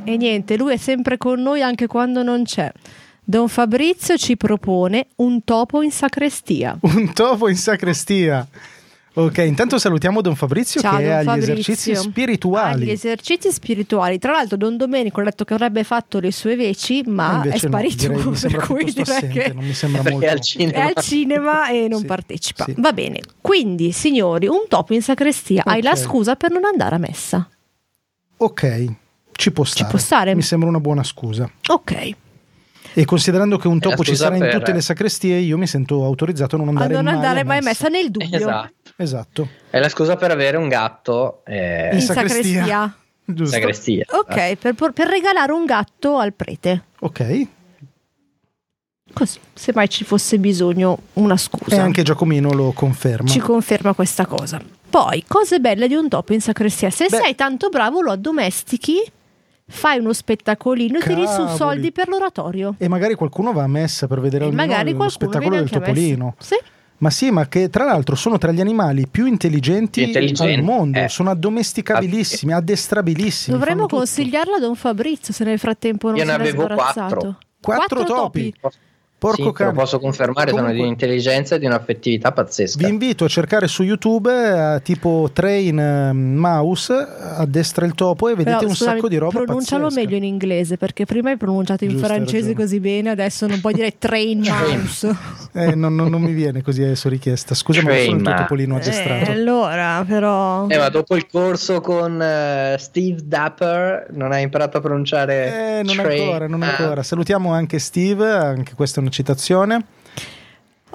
S1: E niente, lui è sempre con noi anche quando non c'è. Don Fabrizio ci propone un topo in sacrestia.
S2: Un topo in sacrestia. Ok, intanto salutiamo Don Fabrizio
S1: Ciao,
S2: che è
S1: Don
S2: agli
S1: Fabrizio.
S2: esercizi spirituali.
S1: Agli esercizi spirituali. Tra l'altro, Don Domenico ha detto che avrebbe fatto le sue veci,
S2: Eh,
S1: ma è
S2: invece no,
S1: sparito.
S2: direi- mi sembra
S1: per cui
S2: piuttosto
S1: direi
S2: assente,
S1: che
S2: non mi sembra
S5: Perché
S2: molto.
S5: è al cinema.
S1: è al cinema e non
S2: Sì,
S1: partecipa.
S2: sì.
S1: Va bene. Quindi, signori, un topo in sacrestia. Hai la
S2: Ok.
S1: scusa per non andare a messa.
S2: Ok, ci può stare.
S1: può stare.
S2: Mi sembra una buona scusa.
S1: Ok.
S2: E considerando che un topo ci
S5: scusa
S2: sarà in
S5: per-
S2: tutte le sacrestie, io mi sento autorizzato a non
S1: A
S2: andare,
S1: non
S2: mai,
S1: andare
S2: a
S1: mai a
S2: messa.
S1: messa nel dubbio.
S5: Esatto.
S2: Esatto.
S5: È la scusa per avere un gatto eh,
S1: In
S2: In sacrestia.
S1: sacrestia.
S2: Giusto.
S5: sagrestia.
S1: Ok, per, por- per regalare un gatto al prete.
S2: Ok.
S1: Così, se mai ci fosse bisogno, una scusa.
S2: E Eh, anche Giacomino lo conferma.
S1: Ci conferma questa cosa. Poi, cose belle di un topo in sacrestia. Se
S2: Beh.
S1: sei tanto bravo, lo addomestichi, fai uno spettacolino e tiri su
S2: Cavoli.
S1: soldi per l'oratorio.
S2: E magari qualcuno va a messa per vedere
S1: E
S2: almeno
S1: magari
S2: lo
S1: qualcuno
S2: spettacolo
S1: viene
S2: del
S1: anche a messa.
S2: topolino.
S1: Sì.
S2: Ma sì, ma che tra l'altro sono tra gli animali più intelligenti,
S5: Più intelligenti,
S2: al mondo,
S5: eh. Ah,
S2: sono addomesticabilissimi, addestrabilissimi.
S1: Dovremmo
S2: fanno tutto.
S1: consigliarlo a Don Fabrizio se nel frattempo non
S5: Io
S1: si
S5: ne
S1: era
S5: avevo
S1: sbarazzato.
S5: quattro.
S2: Quattro topi. Porco
S5: Sì, te lo
S2: cane.
S5: posso confermare, sono
S2: Comunque-
S5: di un'intelligenza e di un'affettività pazzesca.
S2: Vi invito a cercare su YouTube eh, tipo train eh, mouse, addestra il topo e vedete
S1: Però,
S2: un
S1: scusami,
S2: sacco di roba
S1: Pronuncialo
S2: pazzesca.
S1: meglio in inglese perché prima hai pronunciato in
S2: Giusto, hai
S1: francese
S2: ragione.
S1: così bene, adesso non puoi dire train mouse.
S2: Eh, non, non- non mi viene così adesso richiesta. Scusa, ma sono il tuo
S5: Train.
S2: topolino
S1: Eh,
S2: addestrato.
S1: allora, però
S5: Eh, ma dopo il corso con eh, Steve Dapper non hai imparato a pronunciare
S2: Eh, non
S5: train.
S2: ancora, non
S5: Ah,
S2: ancora. Salutiamo anche Steve, anche questa è una citazione.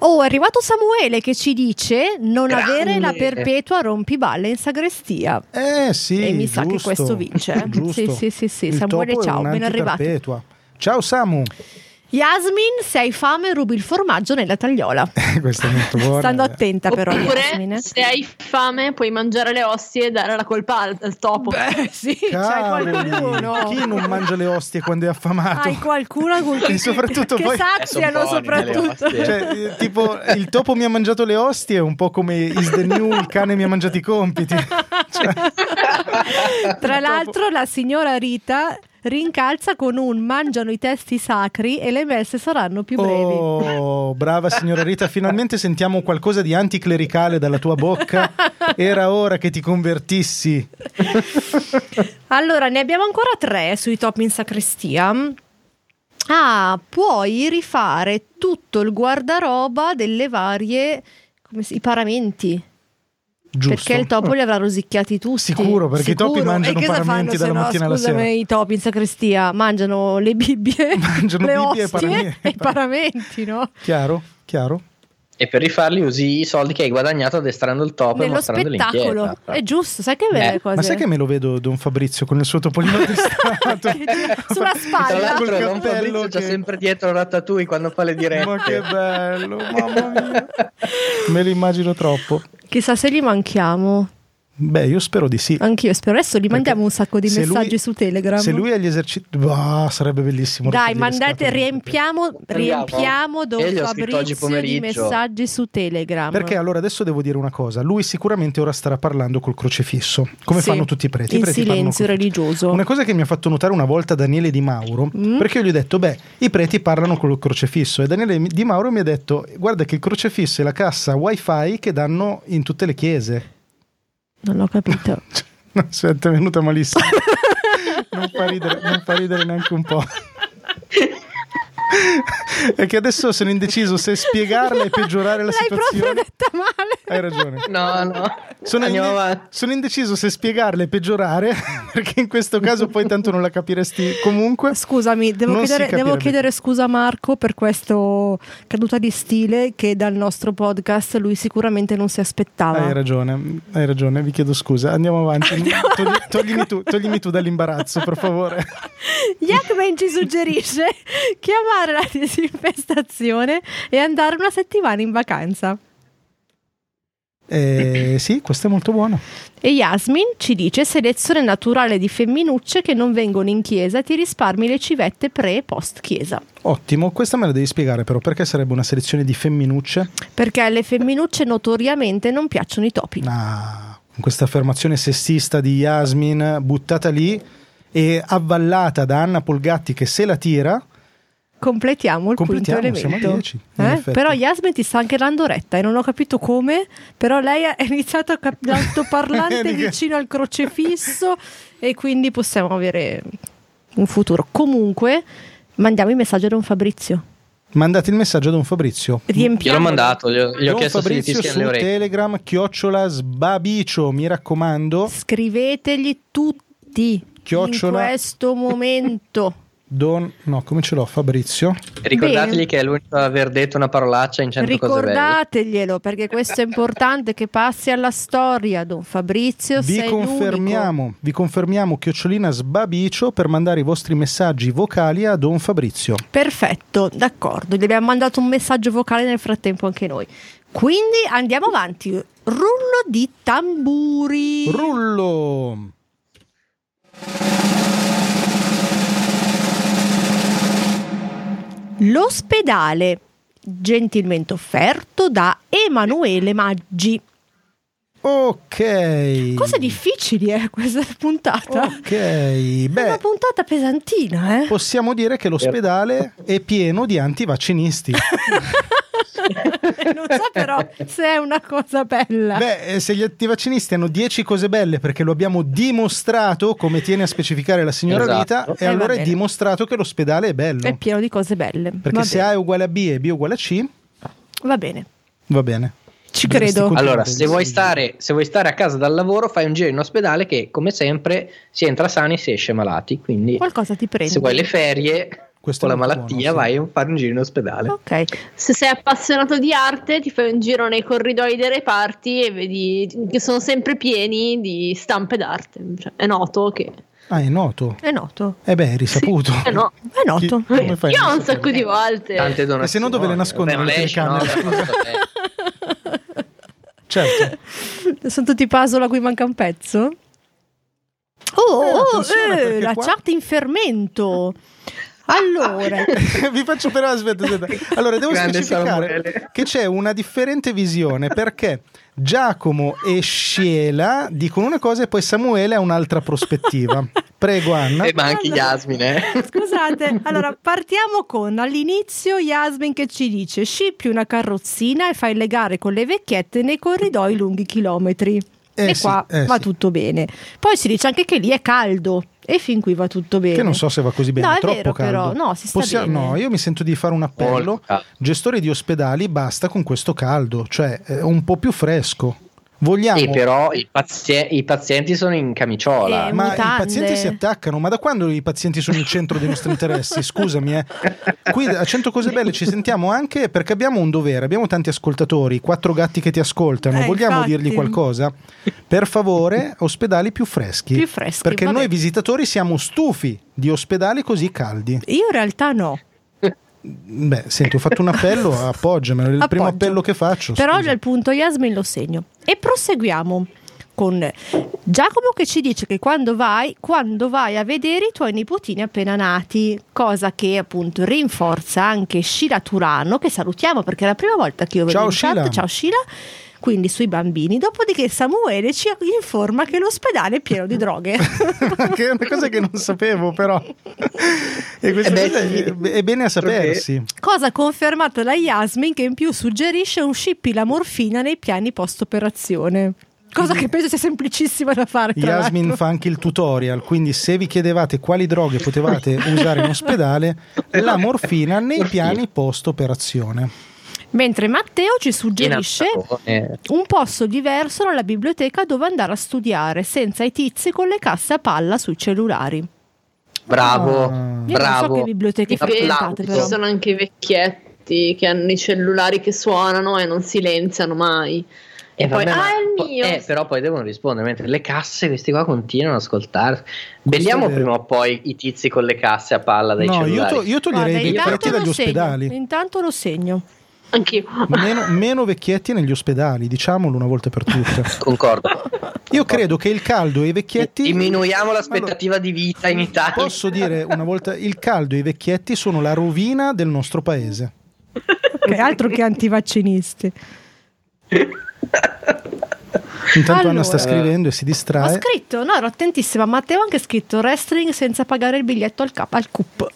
S1: Oh, è arrivato Samuele che ci dice non
S5: Grande.
S1: avere la perpetua rompiballe in sagrestia.
S2: Eh sì,
S1: E mi sa che
S2: giusto,
S1: questo vince, eh.
S2: giusto.
S1: Sì, sì, sì, sì,
S2: Il
S1: Samuele,
S2: topo è
S1: ciao,
S2: un
S1: ben arrivato.
S2: antiperpetua. Ciao Samu,
S1: Yasmin, se hai fame rubi il formaggio nella tagliola.
S2: questa è molto Eh, buona.
S1: Stando attenta però Yasmin.
S4: Oppure,
S1: eh.
S4: se hai fame, puoi mangiare le ostie e dare la colpa al, al topo.
S1: Beh, sì, c'hai
S2: Cavoli,
S1: qualcuno.
S2: chi non mangia le ostie quando è affamato?
S1: Hai qualcuno con
S2: E soprattutto
S1: che
S2: poi-
S1: saziano
S5: Eh, son buone le
S1: soprattutto.
S5: ostie.
S2: Cioè, eh, tipo, il topo mi ha mangiato le ostie, è un po' come Is the New, il cane mi ha mangiato i compiti.
S1: Tra l'altro la signora Rita rincalza con un mangiano i testi sacri e le messe saranno più brevi.
S2: Oh, brava signora Rita, finalmente sentiamo qualcosa di anticlericale dalla tua bocca. Era ora che ti convertissi.
S1: Allora, ne abbiamo ancora tre sui top in sacrestia. Ah, puoi rifare tutto il guardaroba delle varie come si- i paramenti.
S2: Giusto.
S1: Perché il topo li avrà rosicchiati tutti.
S2: Sicuro, perché i topi mangiano
S1: e cosa
S2: paramenti
S1: fanno, se
S2: dalla
S1: no,
S2: mattina alla
S1: scusami,
S2: sera?
S1: i topi in sacrestia mangiano le bibbie,
S2: Mangiano
S1: le
S2: bibbie e
S1: ostie
S2: paramenti.
S1: e i paramenti, no?
S2: Chiaro? Chiaro?
S5: E per rifarli usi i soldi che hai guadagnato addestrando il topo e
S1: Nello
S5: mostrando
S1: spettacolo.
S5: l'inchiesta.
S1: È giusto, sai che belle
S5: Eh,
S1: cose.
S2: Ma sai che me lo vedo Don Fabrizio con il suo topolino addestrato?
S1: Sulla
S5: Tra
S1: spalla.
S5: l'altro,
S2: Col
S5: Don
S2: cappello
S5: Fabrizio c'ha
S2: che-
S5: sempre dietro Ratatouille quando fa le dirette.
S2: Ma che bello, mamma mia. Me lo immagino troppo.
S1: Chissà se gli manchiamo.
S2: Beh, io spero di sì.
S1: Anch'io spero. Adesso gli mandiamo un sacco di
S2: Se lui-
S1: messaggi su Telegram.
S2: Se lui ha gli esercizi... Bah, sarebbe bellissimo.
S1: Dai,
S2: rompergli le
S1: mandate,
S2: scatole.
S1: riempiamo,
S5: Prendiamo.
S1: riempiamo Don
S5: Io gli ho scritto
S1: Fabrizio
S5: oggi
S1: di
S5: pomeriggio.
S1: messaggi su Telegram.
S2: Perché allora adesso devo dire una cosa, lui sicuramente ora starà parlando col crocefisso, come
S1: Sì.
S2: fanno tutti i preti. I
S1: In
S2: preti
S1: silenzio
S2: parlano col-
S1: religioso.
S2: Una cosa che mi ha fatto notare una volta Daniele Di Mauro,
S1: Esatto. Mm.
S2: perché io gli ho detto, beh, i preti parlano col crocefisso e Daniele Di Mauro mi ha detto, guarda che il crocefisso è la cassa wifi che danno in tutte le chiese.
S1: Non l'ho capito.
S2: No, è venuta malissimo. non, fa ridere, non fa ridere neanche un po'. È che adesso sono indeciso se spiegarla e peggiorare la
S1: L'hai
S2: situazione.
S1: proprio detta male.
S2: Hai ragione.
S5: No, no.
S2: Sono,
S5: Andiamo
S2: inde-
S5: avanti.
S2: sono indeciso se spiegarle e peggiorare, perché in questo caso poi tanto non la capiresti comunque.
S1: Scusami, devo,
S2: Non si
S1: chiedere, devo
S2: capirebbe.
S1: chiedere scusa a Marco per questa caduta di stile che dal nostro podcast lui sicuramente non si aspettava.
S2: Hai ragione, hai ragione, vi chiedo scusa. Andiamo avanti.
S1: Andiamo
S2: Ah, Togli-
S1: avanti.
S2: toglimi, tu, toglimi tu dall'imbarazzo, per favore.
S1: Jackman ci suggerisce chiamare la disinfestazione e andare una settimana in vacanza.
S2: Eh, sì, questo è molto buono.
S1: E Yasmin ci dice selezione naturale di femminucce che non vengono in chiesa e ti risparmi le civette pre e post chiesa.
S2: Ottimo, questa me la devi spiegare però, perché sarebbe una selezione di femminucce?
S1: Perché alle femminucce notoriamente non piacciono i topi.
S2: Ah, con questa affermazione sessista di Yasmin buttata lì e avvallata da Anna Polgatti che se la tira,
S1: Completiamo il
S2: Completiamo,
S1: quinto
S2: siamo a
S1: elemento. Eh?
S2: 10, in effetti.
S1: Però Yasmin ti sta anche dando retta e non ho capito come, però lei ha iniziato a cap- l'altoparlante
S2: Mica-
S1: vicino al crocefisso e quindi possiamo avere un futuro. Comunque mandiamo il messaggio a Don Fabrizio.
S2: mandate il messaggio a Don Fabrizio.
S5: Gliel'ho
S1: Riempiamo.
S5: mandato, gli ho, gli ho
S2: Don
S5: chiesto se
S2: Fabrizio
S5: gli
S2: su
S5: fischiano le orecchie.
S2: Telegram, chiocciola sbabicio, mi raccomando.
S1: Scrivetegli tutti
S2: Chiocciola.
S1: in questo momento.
S2: Don, no, come ce l'ho Fabrizio?
S5: Ricordategli
S1: Bene.
S5: che è l'unico a aver detto una parolaccia in cento cose belle.
S1: Ricordateglielo perché questo è importante che passi alla storia, Don Fabrizio.
S2: Vi
S1: sei
S2: confermiamo, vi confermiamo chiocciolina sbabicio per mandare i vostri messaggi vocali a Don Fabrizio.
S1: l'unico. Perfetto, d'accordo. Gli abbiamo mandato un messaggio vocale nel frattempo anche noi. Quindi andiamo avanti. Rullo di tamburi.
S2: Rullo!
S1: L'ospedale, gentilmente offerto da Emanuele Maggi.
S2: Ok.
S1: Cose difficili è questa puntata.
S2: Ok,
S1: È una
S2: beh,
S1: puntata pesantina, eh?
S2: possiamo dire che l'ospedale è pieno di antivaccinisti.
S1: non so però se è una cosa bella.
S2: Beh, eh, se gli antivaccinisti hanno 10 cose belle perché lo abbiamo dimostrato, come tiene a specificare la signora
S5: Esatto.
S2: Rita, e
S1: Eh, va
S2: allora è
S1: bene.
S2: dimostrato che l'ospedale è bello.
S1: È pieno di cose belle.
S2: Perché
S1: va,
S2: se
S1: bene.
S2: A è uguale a B e B è uguale a C,
S1: va bene,
S2: va bene.
S1: ci
S2: Dovresti
S1: credo.
S2: continuare.
S5: Allora, se vuoi, stare, se vuoi stare a casa dal lavoro, fai un giro in ospedale che, come sempre, si entra sani e si esce malati. Quindi,
S1: Qualcosa ti prendi.
S5: se vuoi le ferie
S2: Questo
S5: o
S2: è
S5: la
S2: molto
S5: malattia,
S2: buono, sì.
S5: vai a fare un giro in ospedale.
S1: Ok,
S4: Se sei appassionato di arte, ti fai un giro nei corridoi dei reparti e vedi che sono sempre pieni di stampe d'arte. Cioè, è noto che.
S2: Ah, è noto.
S1: è noto.
S2: Eh beh, è risaputo.
S4: Eh no.
S1: È noto.
S2: Chi- come fai?
S4: Io ho
S2: a
S4: un sacco di volte.
S5: Tante donazioni.
S2: E se no dove le nascondono
S5: Vabbè,
S2: le
S5: non esci, no,
S2: telecamere?
S5: per forza, eh.
S2: Certo.
S1: Sono tutti puzzle a cui manca un pezzo. Oh,
S2: Eh,
S1: oh,
S2: attenzione,
S1: eh,
S2: perché
S1: la
S2: qua-
S1: chat in fermento. Allora,
S2: Vi faccio però aspetta, aspetta. Allora, devo
S5: Grande
S2: specificare
S5: Samuele.
S2: che c'è una differente visione perché Giacomo e Sciela dicono una cosa e poi Samuele ha un'altra prospettiva. Prego Anna.
S5: Eh, ma anche Yasmin, eh.
S1: Scusate, allora partiamo con all'inizio Yasmin che ci dice scippi una carrozzina e fai le gare con le vecchiette nei corridoi lunghi chilometri.
S2: Eh
S1: e
S2: sì,
S1: qua
S2: eh
S1: va
S2: sì.
S1: tutto bene. Poi si dice anche che lì è caldo e fin qui va tutto bene.
S2: Che non so se va così bene,
S1: No,
S2: è
S1: è
S2: troppo
S1: vero,
S2: caldo.
S1: però. No, si sta
S2: Possiamo-
S1: bene.
S2: no, io mi sento di fare un appello.
S5: Molto caldo.
S2: Gestori di ospedali, basta con questo caldo, cioè eh, un po' più fresco. Vogliamo...
S5: E però i, pazie- i pazienti sono in camiciola.
S1: Eh,
S2: Ma
S1: mutande.
S2: i pazienti si attaccano, ma da quando i pazienti sono il centro dei nostri interessi? Scusami, eh. qui a 100 cose belle ci sentiamo anche perché abbiamo un dovere, abbiamo tanti ascoltatori, quattro gatti che ti ascoltano,
S1: Eh,
S2: vogliamo
S1: infatti.
S2: dirgli qualcosa? Per favore, ospedali più freschi.
S1: Più freschi,
S2: Perché
S1: vabbè.
S2: noi visitatori siamo stufi di ospedali così caldi.
S1: Io in realtà no.
S2: Beh, senti, ho fatto un appello, appoggiamelo, è il primo
S1: Appoggio.
S2: appello che faccio.
S1: Per
S2: scusa.
S1: oggi al punto Yasmin lo segno. E proseguiamo con Giacomo che ci dice che quando vai, quando vai a vedere i tuoi nipotini appena nati, cosa che appunto rinforza anche Sheila Turano, che salutiamo perché è la prima volta che io vedo
S2: Ciao,
S1: in
S2: Sheila.
S1: chat, ciao Sheila, quindi sui bambini. Dopodiché Samuele ci informa che l'ospedale è pieno di droghe.
S2: che è una cosa che non sapevo, però. E questa
S5: Eh beh,
S2: cosa
S5: sì.
S2: è, è bene a sapersi.
S1: Cosa confermata da Yasmin che in più suggerisce un scippi la morfina nei piani post-operazione. Cosa che penso sia semplicissima da fare. Tra
S2: Yasmin
S1: l'altro.
S2: fa anche il tutorial, quindi se vi chiedevate quali droghe potevate usare in ospedale,
S1: Esatto.
S2: la morfina nei piani post-operazione.
S1: Mentre Matteo ci suggerisce
S5: Eh,
S1: un posto diverso nella biblioteca dove andare a studiare senza i tizi con le casse a palla sui cellulari. Io
S5: Bravo,
S2: Ah.
S1: non so che
S5: bravo.
S1: biblioteche
S5: Applausi.
S1: frequentate
S5: Applauso.
S4: Ci
S1: però.
S4: sono anche i vecchietti che hanno i cellulari che suonano e non silenziano mai. E
S5: Eh,
S4: poi,
S5: vabbè, ma-
S4: ah, è il
S5: po-
S4: mio!
S5: eh, però poi devono rispondere, mentre le casse, questi qua continuano ad ascoltare. Vediamo
S2: è vero.
S5: prima o poi i tizi con le casse a
S1: Ah,
S5: palla dai
S2: No, io,
S5: cellulari.
S2: to- io
S1: Guarda,
S2: toglierei dei
S5: io-
S2: vecchietti
S1: intanto,
S2: dagli
S1: lo segno,
S2: ospedali.
S1: intanto lo segno.
S4: Anch'io.
S2: Meno, meno vecchietti negli ospedali, diciamolo una volta per tutte.
S5: Concordo.
S2: Io credo che il caldo e i vecchietti.
S5: Diminuiamo
S2: Allora,
S5: l'aspettativa di vita in Italia.
S2: Posso dire una volta: il caldo e i vecchietti sono la rovina del nostro paese.
S1: Ok, altro che antivaccinisti.
S2: Intanto Anna
S1: Allora.
S2: sta scrivendo e si
S1: Ho
S2: distrae.
S1: scritto, no, ero attentissima. Matteo ha anche scritto wrestling senza pagare il biglietto al, cap- al cup.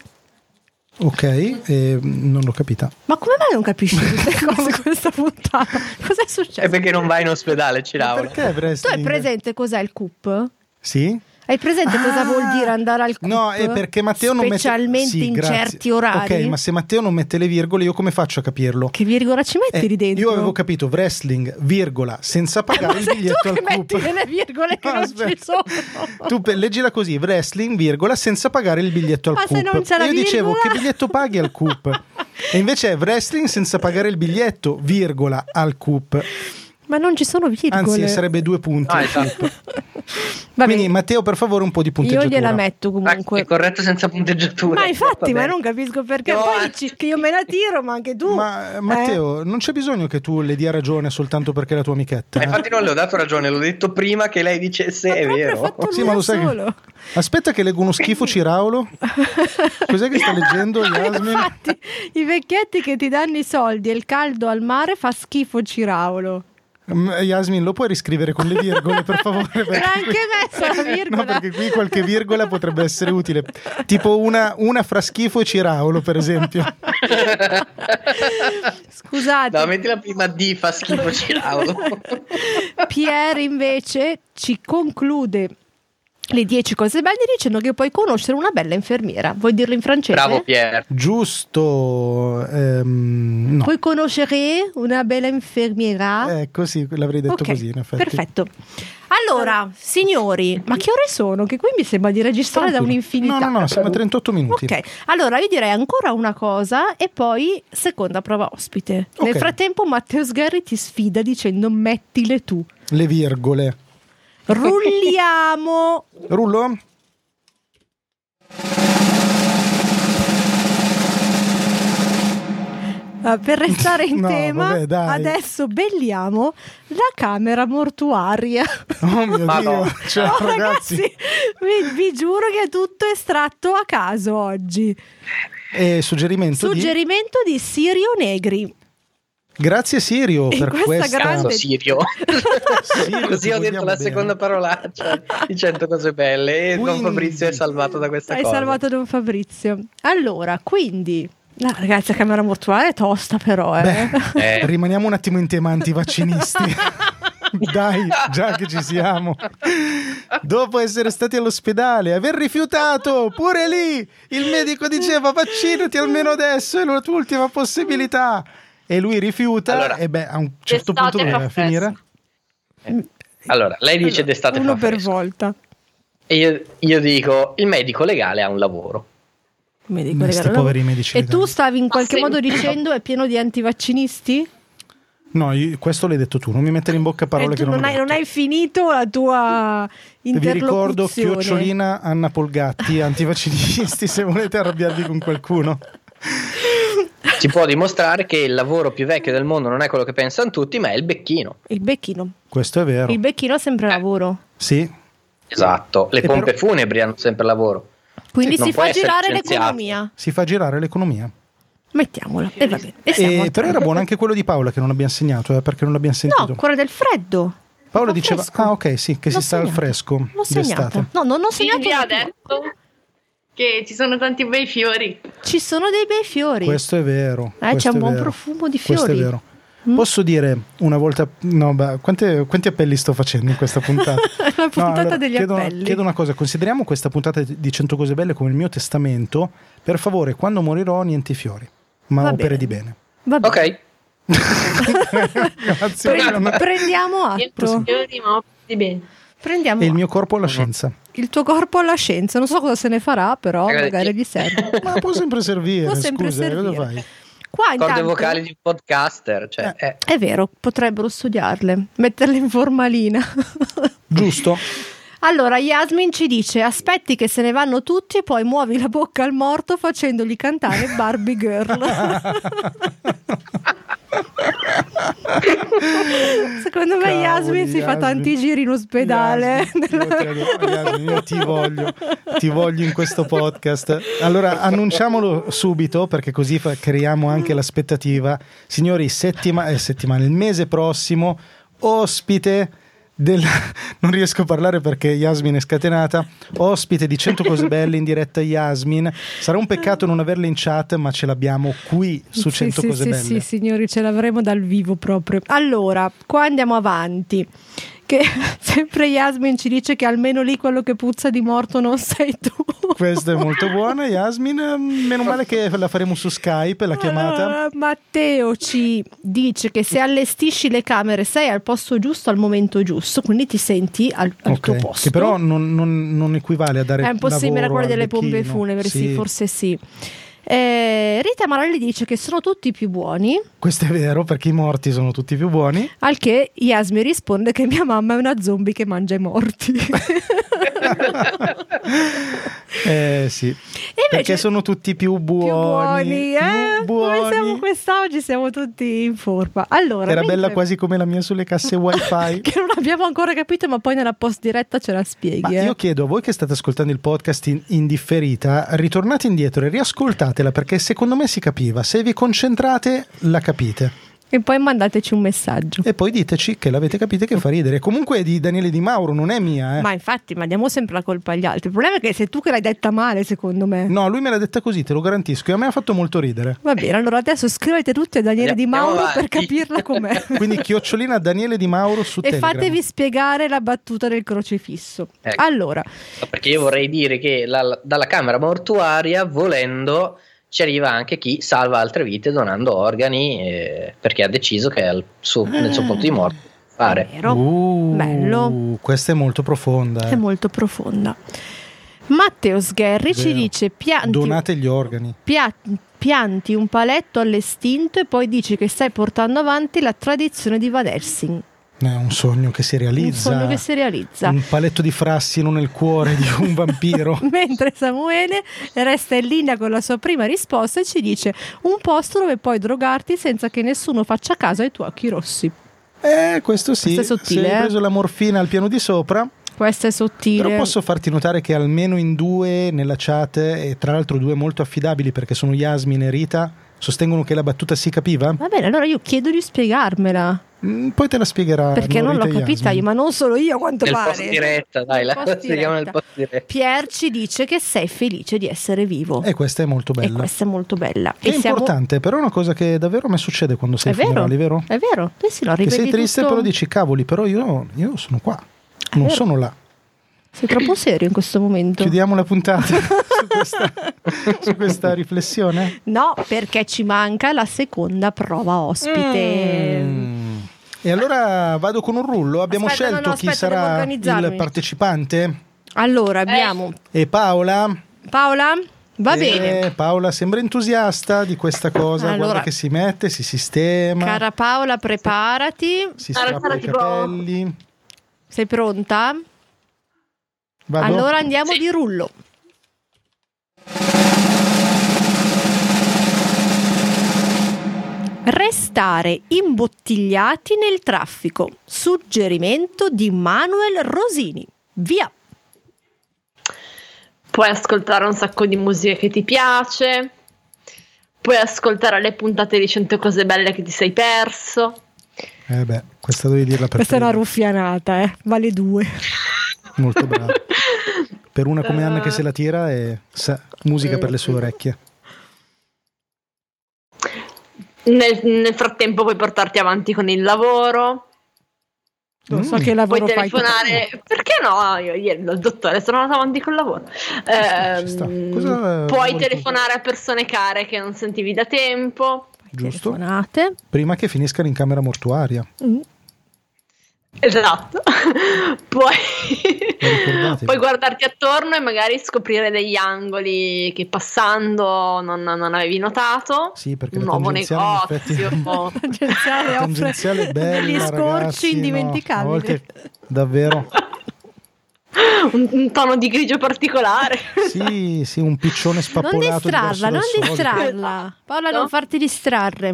S2: Ok, eh, non l'ho capita.
S1: Ma come mai non capisci queste cose in questa puntata? Cos'è
S5: È
S1: successo?
S5: Cioè, perché non vai in ospedale, Ciravola.
S2: Perché
S1: Tu hai
S2: wrestling?
S1: presente cos'è il cup?
S2: Sì?
S1: Hai presente cosa
S2: Ah!
S1: vuol dire andare al cup?
S2: No, è perché Matteo non mette
S1: Specialmente
S2: Sì,
S1: in
S2: grazie.
S1: certi orari.
S2: Ok, ma se Matteo non mette le virgole, io come faccio a capirlo?
S1: Che virgola ci metti
S2: Eh,
S1: lì dentro?
S2: Io avevo capito wrestling, virgola, senza
S1: Ma
S2: pagare il
S1: sei tu
S2: biglietto
S1: che
S2: al
S1: metti
S2: cup.
S1: delle virgole che
S2: No,
S1: non ci
S2: aspetta.
S1: sono.
S2: Tu pe- leggila così, wrestling, virgola, senza pagare il biglietto al
S1: Ma se
S2: cup.
S1: non c'è la
S2: io dicevo
S1: virgola?
S2: che biglietto paghi al cup? E invece è wrestling senza pagare il biglietto, virgola, al cup.
S1: Ma non ci sono virgole.
S2: Anzi, sarebbe due punti.
S5: No, esatto.
S1: Va
S2: Quindi
S1: bene,
S2: Matteo, per favore, un po' di
S1: io
S2: punteggiatura.
S1: gliela metto
S5: Comunque... È
S1: comunque.
S5: corretto senza punteggiatura.
S1: Ma infatti,
S5: Va
S1: ma
S5: bene.
S1: non capisco perché
S5: No,
S1: poi
S5: eh.
S1: dici che io me la tiro, ma anche tu.
S2: Ma eh,
S1: Eh?
S2: Matteo, non c'è bisogno che tu le dia ragione soltanto perché è la tua amichetta.
S5: Ma
S2: eh?
S5: infatti non le ho dato ragione, l'ho detto prima che lei dicesse
S1: Ma
S5: è
S1: proprio
S5: vero.
S1: ho fatto
S2: Sì,
S1: lui
S2: ma lo
S1: da
S2: sai che-
S1: solo.
S2: Aspetta che leggo uno schifo Ciraulo. Cos'è che sta leggendo Yasmin?
S1: Infatti, i vecchietti che ti danno i soldi e il caldo al mare fa schifo Ciraulo.
S2: Mm, Yasmin, lo puoi riscrivere con le virgole, per favore?
S1: L'ha
S2: Perché
S1: anche messa la virgola.
S2: No, perché qui qualche virgola potrebbe essere utile. Tipo una, una fra schifo e Ciraulo, per esempio.
S1: Scusate.
S5: No, metti la prima D, fa schifo Ciravola.
S1: Pier invece ci conclude le 10 cose belle dicendo che puoi conoscere una bella infermiera. Vuoi dirlo in francese?
S5: Bravo Pier.
S2: Giusto. ehm, no.
S1: Puoi conoscere una bella infermiera?
S2: Ecco, sì, l'avrei detto
S1: Ah? Ok,
S2: così, in effetti.
S1: Perfetto. Allora, signori, ma che ore sono? Che qui mi sembra di registrare da
S2: Tranquillo.
S1: un'infinità.
S2: No, no, no, siamo a 38 minuti.
S1: Ok, allora io direi ancora una cosa e poi seconda prova ospite.
S2: Ok.
S1: Nel frattempo Matteo Sgarri ti sfida dicendo mettile tu.
S2: Le virgole.
S1: Rulliamo.
S2: Rullo?
S1: Ah, per restare in
S2: No,
S1: tema,
S2: vabbè, dai.
S1: adesso belliamo la camera mortuaria.
S2: Oh mio
S5: Ma
S2: Dio.
S5: no.
S2: Cioè,
S1: Oh,
S2: ragazzi.
S1: vi, vi giuro che è tutto estratto a caso oggi.
S2: E eh, suggerimento di...
S1: Suggerimento di Sirio Negri.
S2: Grazie Sirio
S1: In
S2: per
S1: questa
S2: questa,
S1: grande-
S5: Cazzo, Sirio.
S2: Sirio,
S5: Così
S2: ti
S5: ho detto
S2: vogliamo
S5: la
S2: bene.
S5: seconda parolaccia di 100 cose belle e Don
S2: Quindi-
S5: Fabrizio è salvato da questa
S1: Hai
S5: cosa.
S1: salvato Don Fabrizio. Allora, quindi, no, ragazzi, la camera mortuaria è tosta, però. Eh.
S2: Beh,
S5: Eh.
S2: rimaniamo un attimo in tema antivaccinisti. Dai, già che ci siamo. Dopo essere stati all'ospedale, aver rifiutato pure lì, il medico diceva vaccinati almeno adesso, è la tua ultima possibilità. E lui rifiuta
S5: Allora.
S2: e beh, a un certo
S4: Testate
S2: punto doveva
S4: fa festa.
S2: finire.
S5: Allora, lei dice d'estate
S3: Uno
S5: fa
S3: per
S5: fresco.
S3: volta.
S5: E io, io dico, il medico legale ha un lavoro.
S1: Come dico,
S2: Questi
S1: regalo.
S2: poveri medici
S1: E tu
S2: legali.
S1: stavi in qualche
S4: sì.
S1: modo dicendo è pieno di antivaccinisti?
S2: No, io- questo l'hai detto tu, non mi mettere in bocca parole
S1: e
S2: che
S1: Eh, tu non,
S2: non ho
S1: hai,
S2: detto.
S1: non hai finito la tua
S2: Vi
S1: interlocuzione.
S2: ricordo chiocciolina Anna Polgatti, antivaccinisti, se volete arrabbiarvi con qualcuno.
S5: Si può dimostrare che il lavoro più vecchio del mondo non è quello che pensano tutti, ma è il becchino.
S1: Il becchino.
S2: Questo è vero.
S1: Il becchino è
S5: Eh.
S1: sempre lavoro.
S2: Sì,
S5: Esatto, le
S2: E
S5: pompe
S2: però-
S5: funebri hanno sempre lavoro.
S1: Quindi
S5: Sì, non
S1: si
S5: può
S1: fa
S5: essere
S1: girare
S5: licenziato.
S1: l'economia.
S2: si fa girare l'economia.
S1: Mettiamola. E va bene. E siamo
S2: E-
S1: a-
S2: Eh, però era buono anche quello di Paola che non abbiamo segnato, eh, perché non l'abbiamo sentito.
S1: No, cuore del freddo.
S2: Paola
S1: Fa
S2: diceva,
S1: fresco.
S2: ah ok, sì, che
S1: L'ho
S2: si sta al
S1: segnata.
S2: fresco
S1: L'ho
S2: d'estate.
S1: segnata. No, non ho segnato.
S4: Silvia ha
S1: la tua.
S4: detto che ci sono tanti bei fiori.
S1: Ci sono dei bei fiori.
S2: Questo è vero.
S1: Eh,
S2: questo
S1: c'è un
S2: è
S1: buon
S2: vero.
S1: profumo di
S2: Questo è
S1: fiori.
S2: vero.
S1: Mm.
S2: Posso dire una volta... No, beh, quante- quanti appelli sto facendo in questa puntata?
S1: La puntata
S2: No, allora,
S1: degli
S2: chiedo,
S1: appelli.
S2: chiedo una cosa, consideriamo questa puntata di 100 cose belle come il mio testamento. Per favore, quando morirò, niente fiori, ma
S1: Va
S2: opere
S1: bene.
S2: di bene.
S1: Va bene.
S5: Ok,
S2: Grazie.
S1: Pre-
S2: non-
S1: prendiamo atto.
S4: fiori, ma di bene.
S1: Prendiamo
S2: E il mio corpo alla scienza.
S1: il tuo corpo alla scienza. Non so cosa se ne farà, però
S5: Ragazzi,
S1: magari gli serve.
S2: Ma può sempre servire,
S1: Può sempre
S2: scusa, eh, cosa
S1: servire.
S2: fai?
S1: Qua
S5: corde
S1: intanto
S5: vocali di podcaster, cioè, eh,
S1: è vero, potrebbero studiarle, metterle in formalina.
S2: Giusto?
S1: allora, Yasmin ci dice: aspetti che se ne vanno tutti e poi muovi la bocca al morto facendogli cantare Barbie Girl. Secondo me
S2: Cavoli,
S1: Yasmin si fa
S2: Yasmin.
S1: tanti giri in ospedale.
S2: Yasmin, io te lo- Yasmin, io ti voglio, ti voglio in questo podcast. Allora, annunciamolo subito perché così fa- creiamo anche l'aspettativa. Signori, settima, eh, settimana, il mese prossimo, ospite del... Non riesco a parlare perché Yasmin è scatenata. Ospite di 100 cose belle in diretta Yasmin. Sarà un peccato non averla in chat, ma ce l'abbiamo qui su
S1: Sì,
S2: 100
S1: sì,
S2: cose
S1: sì,
S2: belle.
S1: Sì, signori, ce l'avremo dal vivo proprio. Allora, qua andiamo avanti. Che sempre Yasmin ci dice che almeno lì quello che puzza di morto non sei tu.
S2: Questa è molto buona, Yasmin. Meno male che la faremo su Skype la chiamata.
S1: Allora, Matteo ci dice che se allestisci le camere sei al posto giusto al momento giusto, quindi ti senti al, al
S2: Ok,
S1: tuo posto.
S2: Che però non, non- non equivale a dare
S1: È un po' simile a
S2: lavoro
S1: quella delle
S2: al
S1: pompe
S2: becchino.
S1: funebri, sì, forse sì. Eh, Rita Marelli dice che sono tutti più buoni,
S2: Questo è vero, perché i morti sono tutti più buoni.
S1: al che Yasmin risponde che mia mamma è una zombie che mangia i morti.
S2: Eh sì. perché sono tutti più buoni.
S1: più buoni, eh?
S2: più
S1: Come siamo
S2: buoni.
S1: quest'oggi? Siamo tutti in forma. Allora,
S2: Era bella
S1: mentre-
S2: quasi come la mia sulle casse wifi.
S1: Che non abbiamo ancora capito, ma poi nella post diretta ce la
S2: Ma
S1: spieghi. eh.
S2: io chiedo a voi che state ascoltando il podcast in, in differita, ritornate indietro e riascoltatela perché secondo me si capiva. Se vi concentrate, la capite.
S1: E poi mandateci un messaggio.
S2: E poi diteci che l'avete capito e che fa ridere. Comunque è di Daniele Di Mauro, non è mia. eh.
S1: Ma infatti, ma diamo sempre la colpa agli altri. Il problema è che sei tu che l'hai detta male, secondo me.
S2: No, lui me l'ha detta così, te lo garantisco. E a me ha fatto molto ridere.
S1: Va bene, allora adesso scrivete tutti a Daniele Di
S5: Andiamo
S1: Mauro per
S5: avanti.
S1: capirla com'è.
S2: Quindi chiocciolina Daniele Di Mauro su
S1: e
S2: Telegram.
S1: fatevi spiegare la battuta del crocifisso.
S5: Ecco.
S1: Allora,
S5: perché io vorrei dire che la- dalla camera mortuaria, volendo, ci arriva anche chi salva altre vite donando organi eh, perché ha deciso che è al suo- nel suo
S2: Ah,
S5: punto di morte fare.
S1: vero?
S2: Uh,
S1: Bello.
S2: Questa è molto profonda. eh.
S1: è molto profonda. Matteo Sgherri ci
S2: Vero.
S1: dice pianti,
S2: Donate gli organi.
S1: pia- pianti un paletto all'estinto e poi dici che stai portando avanti la tradizione di Van Helsing,
S2: È un sogno che si
S1: un
S2: realizza.
S1: sogno che si realizza.
S2: Un paletto di frassino nel cuore di un vampiro.
S1: Mentre Samuele resta in linea con la sua prima risposta e ci dice un posto dove puoi drogarti senza che nessuno faccia caso ai tuoi occhi rossi.
S2: eh, questo sì.
S1: Questo è sottile,
S2: Se hai
S1: eh.
S2: preso la morfina al piano di sopra,
S1: Questo è sottile.
S2: Però posso farti notare che almeno in due nella chat, e tra l'altro due molto affidabili perché sono Yasmin e Rita, sostengono che la battuta si capiva?
S1: Va bene, allora io chiedo di spiegarmela.
S2: Mm, poi te la spiegherà.
S1: Perché non
S2: Rita
S1: l'ho
S2: e
S1: capita
S2: Yasmin.
S1: io, ma non solo io, a quanto
S5: Nel
S1: pare.
S5: post diretta, dai,
S1: Nel
S5: la
S1: post
S5: si chiama nel
S1: diretta.
S5: post diretta.
S1: Pier ci dice che sei felice di essere vivo.
S2: E questa è molto
S1: E
S2: bella.
S1: questa è molto bella.
S2: Che
S1: E
S2: è importante, però è una cosa che davvero a me succede quando sei
S1: È
S2: ai
S1: vero.
S2: funerali, vero?
S1: È vero, te sì, lo
S2: Che
S1: ripeti
S2: sei triste,
S1: tutto-
S2: però dici, cavoli, però io, io sono qua,
S1: È
S2: non
S1: vero.
S2: sono là.
S1: Sei troppo serio in questo momento.
S2: Chiudiamo la puntata su, questa, su questa riflessione.
S1: No, perché ci manca la seconda prova ospite.
S2: Mm. E allora vado con un rullo. Abbiamo
S1: Aspetta,
S2: scelto
S1: no, no,
S2: chi
S1: aspetta, devo
S2: sarà il
S1: organizzarmi.
S2: partecipante.
S1: Allora abbiamo
S2: E Paola.
S1: Paola. Va
S2: Eh,
S1: bene.
S2: Paola sembra entusiasta di questa cosa.
S1: Allora.
S2: Guarda che si mette, si sistema.
S1: Cara Paola, preparati.
S2: si
S4: Cara,
S2: strappa i
S4: cara, tipo-
S2: capelli.
S1: Sei pronta?
S2: Vado.
S1: Allora andiamo
S4: Sì.
S1: di rullo. Restare imbottigliati nel traffico. Suggerimento di Manuel Rosini. Via.
S4: Puoi ascoltare un sacco di musica che ti piace, puoi ascoltare le puntate di 100 cose belle che ti sei perso.
S2: Eh beh, questa devi dirla per prima.
S1: ruffianata, eh. Vale due.
S2: Molto brava. Per una come Anna che se la tira è sa- musica per le
S4: Eh,
S2: sue orecchie.
S4: Nel, nel frattempo puoi portarti avanti con il lavoro,
S2: Non so Mm. che
S1: lavoro
S4: puoi telefonare. Perché no? Io ieri dal dottore sono andata avanti col lavoro.
S2: sta, Eh ci sta.
S4: Ehm,
S2: Cosa vuoi
S4: puoi
S2: tu?
S4: telefonare a persone care che non sentivi da tempo.
S2: Giusto?
S1: Telefonate.
S2: Prima che finiscano in camera mortuaria.
S1: Mm.
S4: Esatto. puoi,
S2: Lo ricordate?
S4: puoi guardarti attorno e magari scoprire degli angoli che passando non, non avevi notato.
S2: Sì, perché
S4: un
S2: la
S4: nuovo
S2: tangenziale in
S4: negozio.
S2: effetti-
S1: Oh. Tangenziale
S2: La
S1: offre
S2: tangenziale è bella,
S1: degli scorci
S2: ragazzi, no,
S1: indimenticabili.
S2: a volte davvero.
S4: un, un tono di grigio particolare.
S2: Sì, sì, un piccione
S1: Non
S2: spappolato.
S1: distrarla, non
S2: diverso dal solito.
S1: distrarla. Paola, non
S4: No?
S1: farti distrarre.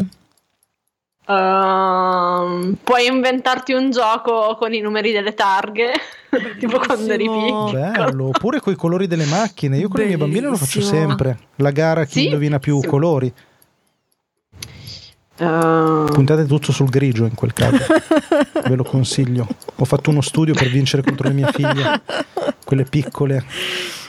S4: Ehm, puoi inventarti un gioco con i numeri delle targhe, tipo quando eri
S1: Bellissimo.
S4: piccolo.
S2: Bello, oppure coi colori delle macchine. Io con i miei bambini lo faccio
S1: Bellissimo.
S2: sempre. La gara chi
S4: Sì?
S2: indovina più
S4: Sì.
S2: colori.
S4: Ehm,
S2: Puntate tutto sul grigio in quel caso. Ve lo consiglio. Ho fatto uno studio per vincere contro le mie figlie, quelle piccole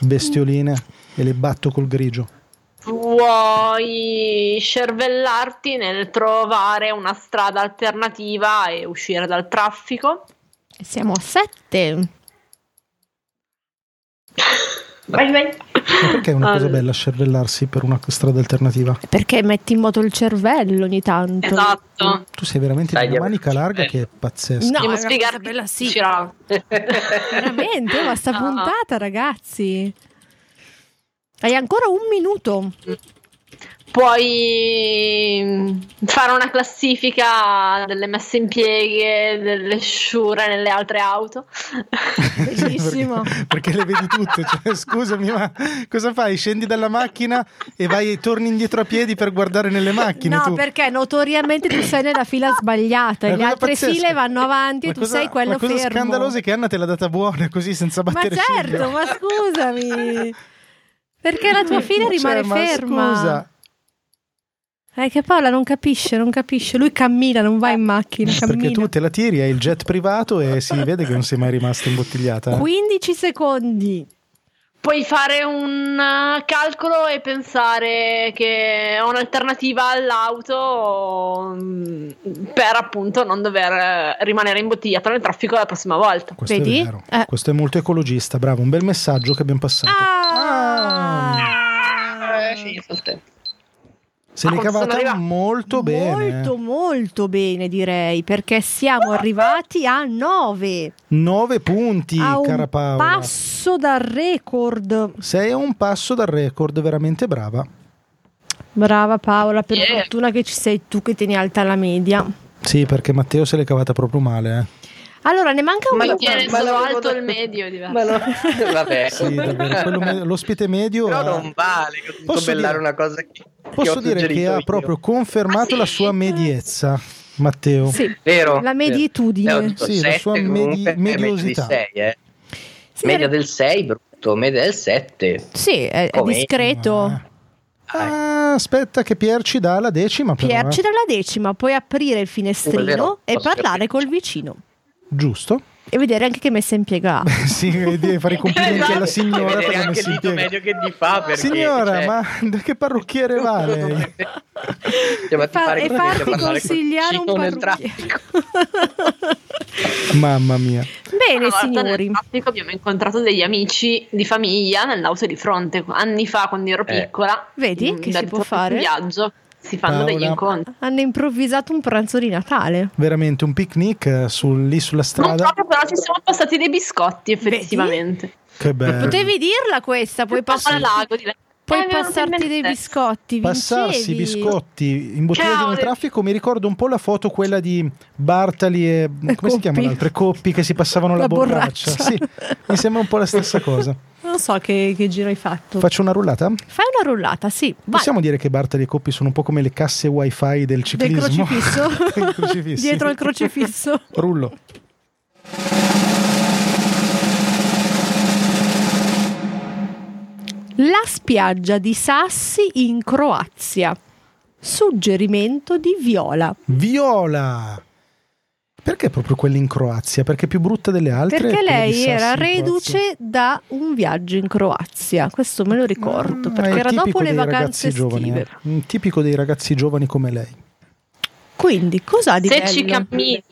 S2: bestioline, e le batto col grigio.
S4: puoi cervellarti nel trovare una strada alternativa e uscire dal traffico.
S1: Siamo a sette.
S4: Vai, vai.
S2: Ma perché è una cosa bella scervellarsi per una strada alternativa?
S1: Perché metti in moto il cervello ogni tanto.
S4: Esatto.
S2: Tu sei veramente
S5: Dai,
S2: di una
S5: di-
S2: manica larga che è pazzesca.
S1: No,
S4: Devo
S1: è una
S4: spiegarti.
S1: cosa bella, sì.
S4: Ciro.
S1: Veramente, oh, ma sta
S4: No.
S1: puntata, ragazzi. Hai ancora un minuto.
S4: Puoi mm, fare una classifica delle messe in pieghe, delle sciure nelle altre auto.
S1: Bellissimo.
S2: perché, perché le vedi tutte. Cioè, scusami, ma cosa fai? Scendi dalla macchina e vai torni indietro a piedi per guardare nelle macchine.
S1: no,
S2: tu.
S1: perché notoriamente tu sei nella fila sbagliata,
S2: È
S1: e
S2: una
S1: le
S2: cosa
S1: altre
S2: pazzesca.
S1: file vanno avanti e
S2: La
S1: tu
S2: cosa-
S1: sei quello
S2: La cosa
S1: fermo.
S2: scandalosa è che Anna te l'ha data buona così senza
S1: ma
S2: battere
S1: certo,
S2: ciglio.
S1: ma scusami. Perché la tua fila
S2: Cioè,
S1: rimane
S2: ma
S1: ferma.
S2: Scusa,
S1: È che Paola non capisce, non capisce. Lui cammina, non va in macchina,
S2: eh, perché
S1: cammina.
S2: tu te la tiri, hai il jet privato e si vede che non sei mai rimasta imbottigliata. eh.
S1: 15 secondi.
S4: Puoi fare un eh, calcolo e pensare che è un'alternativa all'auto mm, per appunto non dover eh, rimanere imbottigliato nel traffico la prossima volta.
S2: Questo
S1: Vedi?
S2: è vero.
S1: Eh.
S2: Questo è molto ecologista, bravo, un bel messaggio che abbiamo passato. Ah!
S1: Ah!
S5: Eh, finito il tempo.
S2: se l'hai
S4: Ma sono
S2: cavata
S4: arrivata-
S2: molto bene.
S1: Molto, molto bene, direi, perché siamo arrivati a 9.
S2: 9 punti,
S1: a un
S2: cara Paola.
S1: passo dal record.
S2: Sei a un passo dal record, veramente brava.
S1: Brava Paola, per
S4: Yeah.
S1: fortuna che ci sei tu che tieni alta la media.
S2: Sì, perché Matteo se l'è cavata proprio male. eh.
S1: Allora, ne manca
S5: Ma
S1: uno.
S5: lo-
S4: Tiene
S5: ma
S4: solo
S5: l'avevo
S4: alto
S5: detto-
S4: il medio, è diverso.
S5: Ma no, vabbè.
S2: Sì, davvero, quello me- l'ospite medio
S5: Però
S2: ha-
S5: non vale
S2: Posso
S5: bellare
S2: dire-
S5: una cosa che, che ho
S2: Posso dire
S5: suggerito
S2: che ha
S5: io.
S2: proprio confermato
S4: Ah, sì?
S2: la sua mediezza, Matteo.
S1: Sì,
S5: Vero?
S1: la
S5: Eh, ho
S1: meditudine.
S5: detto
S2: Sì, la
S5: sette,
S2: sua medi-
S5: comunque è meglio di
S2: mediosità.
S5: sei, eh.
S1: Sì,
S5: media
S1: era-
S5: del 6 brutto, media del 7.
S1: sì, è, è
S5: Come?
S1: discreto.
S2: Ah, aspetta che Pier ci dà la decima però,
S1: Pierci
S2: eh.
S1: dalla decima, puoi aprire il
S5: È
S1: finestrino
S5: vero,
S1: e
S5: posso
S1: parlare
S5: capire.
S1: col vicino
S2: Giusto?
S1: e vedere anche che messa in piega ha.
S2: sì, devi fare i complimenti alla
S4: Esatto.
S2: signora per la
S5: anche
S2: messa in piega.
S5: dito medio che ti fa perché,
S2: Signora,
S5: cioè,
S2: ma da che parrucchiere vale?
S5: Cioè, ma ti
S1: Fa-
S5: pare
S1: e
S5: che dovete
S1: farti
S5: parlare col
S1: consigliare un
S5: vicino nel
S1: parrucchiere.
S2: Mamma mia.
S1: Bene,
S5: Ah,
S4: Una volta
S1: signori.
S4: Nel traffico abbiamo incontrato degli amici di famiglia nell'auto di fronte anni fa quando ero
S5: Eh.
S4: piccola.
S1: Vedi
S4: Mm,
S1: che
S4: da
S1: si può
S4: ritorno in
S1: fare?
S4: viaggio. Si fanno degli
S2: Paola.
S4: incontri.
S1: Hanno improvvisato un pranzo di Natale.
S2: Veramente un picnic eh, sul- lì sulla
S4: Non
S2: strada.
S4: proprio, però ci siamo passati dei biscotti effettivamente.
S2: Che bello.
S1: Potevi dirla questa, puoi, pass-
S4: al lago di là.
S1: puoi
S4: Eh, mi è venuto in
S1: passarti
S4: mente
S1: dei
S4: adesso.
S1: biscotti.
S2: Passarsi
S1: vincevi.
S2: biscotti imbottigliati
S4: Ciao,
S1: eh.
S2: nel
S4: le-
S2: traffico mi ricordo un po' la foto quella di Bartali e come si
S1: Eh, Coppi.
S2: chiamano le altre coppi che si passavano la,
S1: La
S2: borraccia.
S1: borraccia.
S2: Sì, mi sembra un po' la stessa cosa.
S1: Non so che, che giro hai fatto.
S2: Faccio una rullata?
S1: Fai una rullata, sì. Vai.
S2: Possiamo dire che Bartali e Coppi sono un po' come le casse wifi del
S1: Del
S2: ciclismo?
S1: crocifisso.
S2: Dei crocifissi.
S1: Dietro al crocifisso.
S2: Rullo.
S1: La spiaggia di Sassi in Croazia. Suggerimento di Viola.
S2: Viola! Perché proprio quella in Croazia? Perché è più brutta delle altre?
S1: Perché
S2: quella di
S1: lei
S2: Sassi
S1: era
S2: in Croazia?
S1: reduce da un viaggio in Croazia, questo me lo ricordo,
S2: Ah,
S1: perché
S2: è
S1: era
S2: tipico
S1: dopo le
S2: dei
S1: vacanze
S2: ragazzi giovani,
S1: estive.
S2: eh. Mm, Tipico dei ragazzi giovani come lei.
S1: Quindi, cosa ha di
S4: Se
S1: bello?
S4: ci cammini.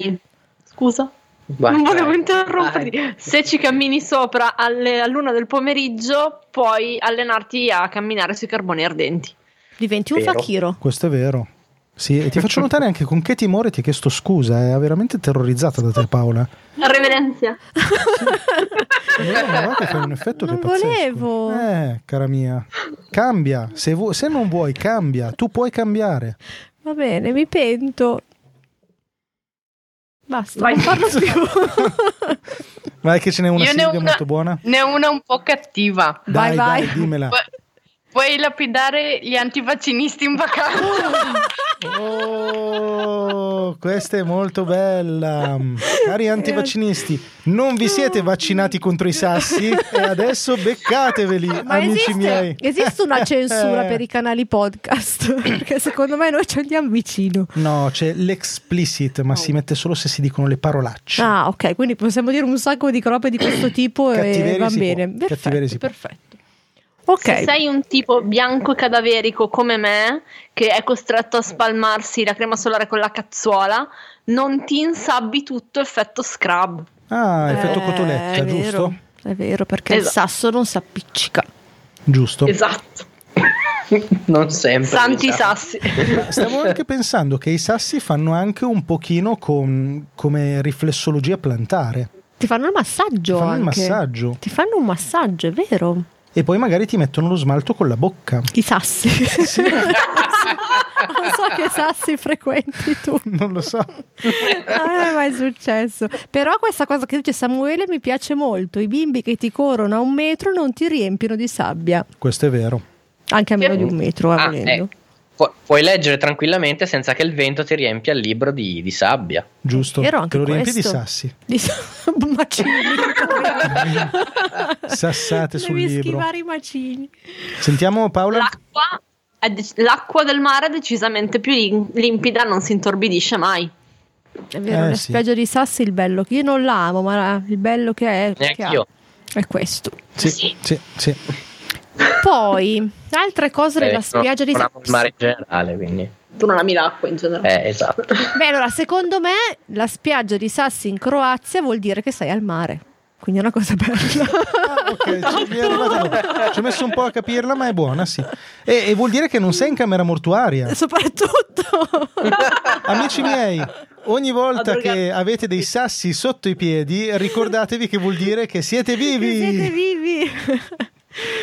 S4: Scusa?
S5: Vai,
S4: non volevo
S5: vai.
S4: interromperti.
S5: Vai.
S4: Se ci cammini sopra alle, all'una del pomeriggio, puoi allenarti a camminare sui carboni ardenti.
S1: Diventi un
S5: Vero.
S1: fakiro.
S2: Questo è vero. Sì, e ti faccio notare anche con che timore ti ha chiesto scusa, eh. è veramente terrorizzata da te Paola.
S4: Reverenzia.
S2: È vero, guarda che fai un effetto
S1: Non
S2: che è pazzesco.
S1: volevo.
S2: Eh, cara mia. Cambia, se, vu- se non vuoi cambia, tu puoi cambiare.
S1: Va bene, mi pento. Basta,
S4: Vai.
S1: non parlo più.
S2: Vai che ce n'è una
S3: Io ne ho
S2: Silvia
S3: una-
S2: molto buona.
S3: Ne ho una un po' cattiva.
S1: Vai,
S2: Dai,
S1: vai.
S2: dai, dimmela.
S3: Pu- Puoi lapidare gli antivaccinisti in vacanza.
S2: Oh, questa è molto bella. Cari antivaccinisti, non vi siete vaccinati contro i sassi e adesso beccateveli,
S1: Ma
S2: amici
S1: esiste,
S2: miei.
S1: esiste una censura
S2: Eh.
S1: per i canali podcast? Perché secondo me noi ci andiamo vicino.
S2: Eh. No, c'è l'explicit, ma si mette solo se si dicono le parolacce.
S1: Oh. Ah, ok, quindi possiamo dire un sacco di robe di questo tipo e
S2: Cattiveria
S1: va
S2: si
S1: bene.
S2: può,
S1: Perfetto,
S2: cattiveria si può.
S1: perfetto. Ok,
S4: Se sei un tipo bianco e cadaverico come me, che è costretto a spalmarsi la crema solare con la cazzuola, non ti insabbi tutto effetto scrub.
S2: Ah, effetto
S1: Eh,
S2: cotoletta,
S1: è vero,
S2: giusto?
S1: È vero, perché il
S4: Esatto.
S1: sasso non si appiccica.
S2: Giusto.
S4: Esatto.
S5: non sempre.
S4: Santi
S5: diciamo.
S4: sassi.
S2: Stavo anche pensando che i sassi fanno anche un pochino con- come riflessologia plantare.
S1: Ti fanno il massaggio
S2: fanno il
S1: anche.
S2: massaggio
S1: Ti fanno un massaggio, è vero?
S2: e poi magari ti mettono lo smalto con la bocca.
S1: I sassi. non so che sassi frequenti tu.
S2: Non lo so.
S1: Non è mai successo. Però questa cosa che dice Samuele mi piace molto. I bimbi che ti corrono a un metro non ti riempiono di sabbia.
S2: Questo è vero.
S1: Anche a meno di un metro, eh,
S5: Ah,
S1: volendo.
S5: ecco. Pu- puoi leggere tranquillamente senza che il vento ti riempia il libro di, di sabbia.
S2: Giusto,
S1: Vero anche
S2: te lo riempi di
S1: questo.
S2: sassi,
S1: Di sa- macini.
S2: sassate sul
S1: Devi
S2: libro.
S1: schivare i macini.
S2: Sentiamo Paola.
S4: L'acqua, è dec- l'acqua del mare è decisamente più lin- limpida, non si intorbidisce mai.
S1: È vero,
S2: Eh,
S1: la
S2: sì.
S1: spiaggia di Sassi il bello. Io non la amo, ma il bello che è, che
S5: Neanche
S1: ha
S5: io.
S1: è questo.
S2: Sì,
S4: Sì.
S2: sì, sì.
S1: Poi, altre cose
S5: Eh,
S1: della
S5: non-
S1: spiaggia di
S5: non amo il mare
S1: Sassi.
S5: in generale, quindi.
S4: Tu non ami l'acqua in generale.
S5: Eh, esatto.
S1: Beh, allora, secondo me la spiaggia di Sassi in Croazia vuol dire che sei al mare. Quindi è una cosa bella.
S2: Ah, ok, ci, mi è arrivata- ci ho messo un po' a capirla, ma è buona, sì. E, e vuol dire che non sei in camera mortuaria.
S1: Eh. Soprattutto.
S2: Amici miei, ogni volta
S4: Madrugata.
S2: che avete dei sassi sotto i piedi, ricordatevi che vuol dire che siete vivi.
S1: Siete vivi.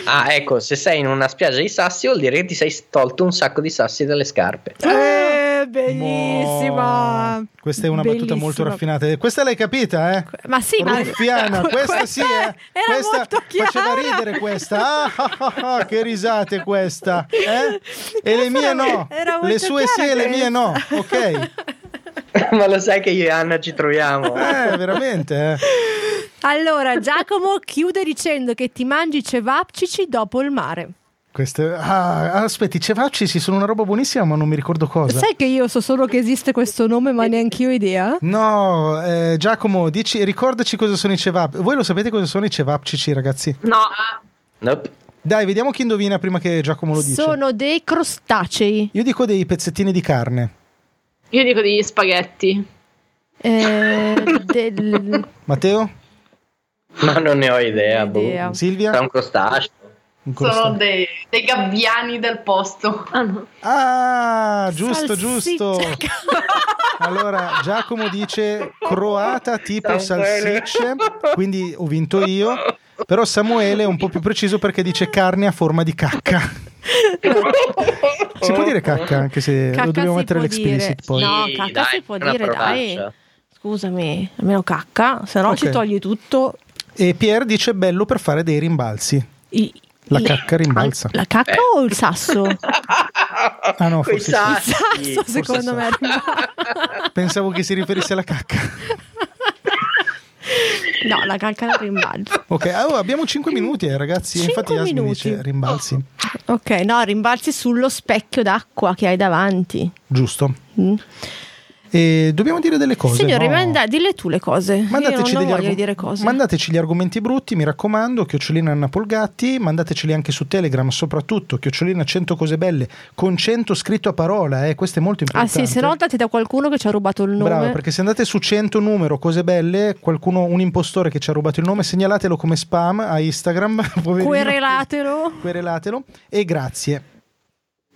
S5: Ah, ecco, se sei in una spiaggia di sassi vuol dire che ti sei tolto un sacco di sassi dalle scarpe.
S1: Eh, bellissima.
S2: Mo. Questa è una battuta
S1: Bellissima.
S2: molto raffinata. Eh, Questa l'hai capita, eh?
S1: Ma sì, ma
S2: Ruffiana, questa sì, eh.
S1: era
S2: questa
S1: molto chiara.
S2: faceva ridere questa. Ah, ah, ah, ah, che risate questa, eh? E
S1: Questa
S2: le mie
S1: era-
S2: no,
S1: era molto
S2: le sue sì
S1: chiara
S2: e le mie no,
S1: questa.
S2: ok?
S5: Ma lo sai che io e Anna ci troviamo.
S2: Eh, veramente, eh.
S1: Allora, Giacomo chiude dicendo che ti mangi i cevapcici dopo il mare.
S2: Queste, ah, aspetti, i cevacci sì, sono una roba buonissima, ma non mi ricordo cosa.
S1: Sai che io so solo che esiste questo nome, ma neanche io ho idea.
S2: No, eh, Giacomo, dici, ricordaci cosa sono i cevap. Voi lo sapete cosa sono i cevapcici, ragazzi?
S4: No,
S5: Nope.
S2: Dai, vediamo chi indovina prima che Giacomo lo dice.
S1: Sono dei crostacei.
S2: Io dico dei pezzettini di carne,
S4: io dico degli spaghetti.
S1: Eh, del...
S2: Matteo,
S5: Ma non ne ho idea.
S1: Non ho idea.
S5: Boh.
S2: Silvia.
S5: Sarà un crostaceo.
S3: Sono dei, dei gabbiani del posto.
S4: Ah, no.
S2: Ah, giusto, giusto.
S1: Salsiccia.
S2: Allora, Giacomo dice croata tipo
S5: Samuele.
S2: salsicce, quindi ho vinto io. Però Samuele è un po' più preciso perché dice carne a forma di cacca. Si può dire cacca anche se
S1: Cacca
S2: lo dobbiamo
S1: si
S2: mettere
S1: può
S2: l'explicit
S1: dire.
S2: poi.
S1: No,
S5: Sì,
S1: cacca
S5: dai,
S1: si può
S5: una
S1: dire, dai.
S5: parolaccia.
S1: Scusami, almeno cacca, se no
S2: Ok.
S1: ci togli tutto.
S2: E Pier dice bello per fare dei rimbalzi.
S1: i-
S2: La
S1: i-
S2: cacca rimbalza.
S1: La
S5: Eh.
S1: cacca o il sasso? Il
S2: Ah no,
S5: Coi
S2: forse sì.
S5: sassi.
S1: sasso,
S2: forse
S1: secondo me.
S2: Pensavo che si riferisse alla cacca.
S1: No, la cacca la rimbalzo.
S2: Ok, allora, abbiamo 5 minuti, eh, ragazzi.
S1: Cinque
S2: Infatti, Yasmin
S1: minuti.
S2: dice rimbalzi.
S1: Ok, no, rimbalzi sullo specchio d'acqua che hai davanti.
S2: Giusto.
S1: Mm.
S2: E dobbiamo dire delle cose.
S1: Signori,
S2: no?
S1: manda- dille tu le cose.
S2: Mandateci,
S1: Io non, non
S2: degli
S1: voglio
S2: argom-
S1: dire cose.
S2: mandateci gli argomenti brutti, mi raccomando, chiocciolina Anna Polgatti, mandateceli anche su Telegram, soprattutto chiocciolina 100 cose belle con 100 scritto a parola, eh, questo è molto
S1: ah
S2: importante.
S1: sì, se no date da qualcuno che ci ha rubato il nome.
S2: Bravo, perché se andate su 100 numero cose belle, qualcuno, un impostore che ci ha rubato il nome, segnalatelo come spam a Instagram, poverino.
S1: Querelatelo.
S2: Querelatelo e grazie.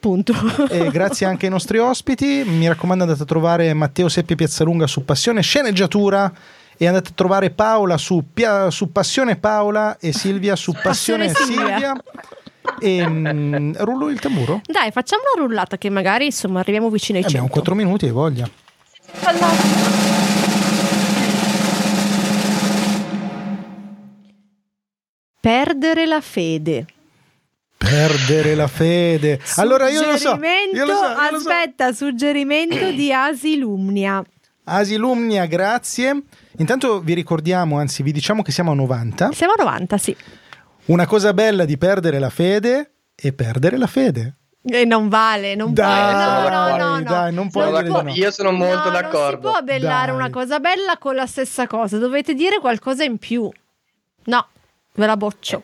S1: Punto.
S2: E grazie anche ai nostri ospiti. Mi raccomando, andate a trovare Matteo Seppi Piazzalunga su Passione Sceneggiatura. E andate a trovare Paola su, Pia- su Passione Paola e Silvia su Passione,
S1: Passione
S2: Silvia.
S1: Silvia.
S2: E mm, rullo il tamburo?
S1: Dai, facciamo una rullata che magari insomma arriviamo vicino ai 100.
S2: Eh, abbiamo 4 minuti e voglia.
S1: Perdere la fede.
S2: Perdere la fede. Allora io lo so. Io lo so, io lo so.
S1: aspetta, suggerimento di Asilumnia.
S2: Asilumnia, grazie. Intanto vi ricordiamo, anzi vi diciamo che siamo a 90.
S1: Siamo a 90, sì.
S2: Una cosa bella di perdere la fede è perdere la fede.
S1: E Eh, non vale, non
S2: Dai,
S1: puoi. No, no, no, no.
S2: dai, non puoi
S5: Sono
S2: dire di
S5: d'accordo.
S2: no.
S5: Io sono molto
S1: No,
S5: d'accordo.
S1: Non si può bellare
S2: Dai.
S1: una cosa bella con la stessa cosa. Dovete dire qualcosa in più. No, ve la boccio.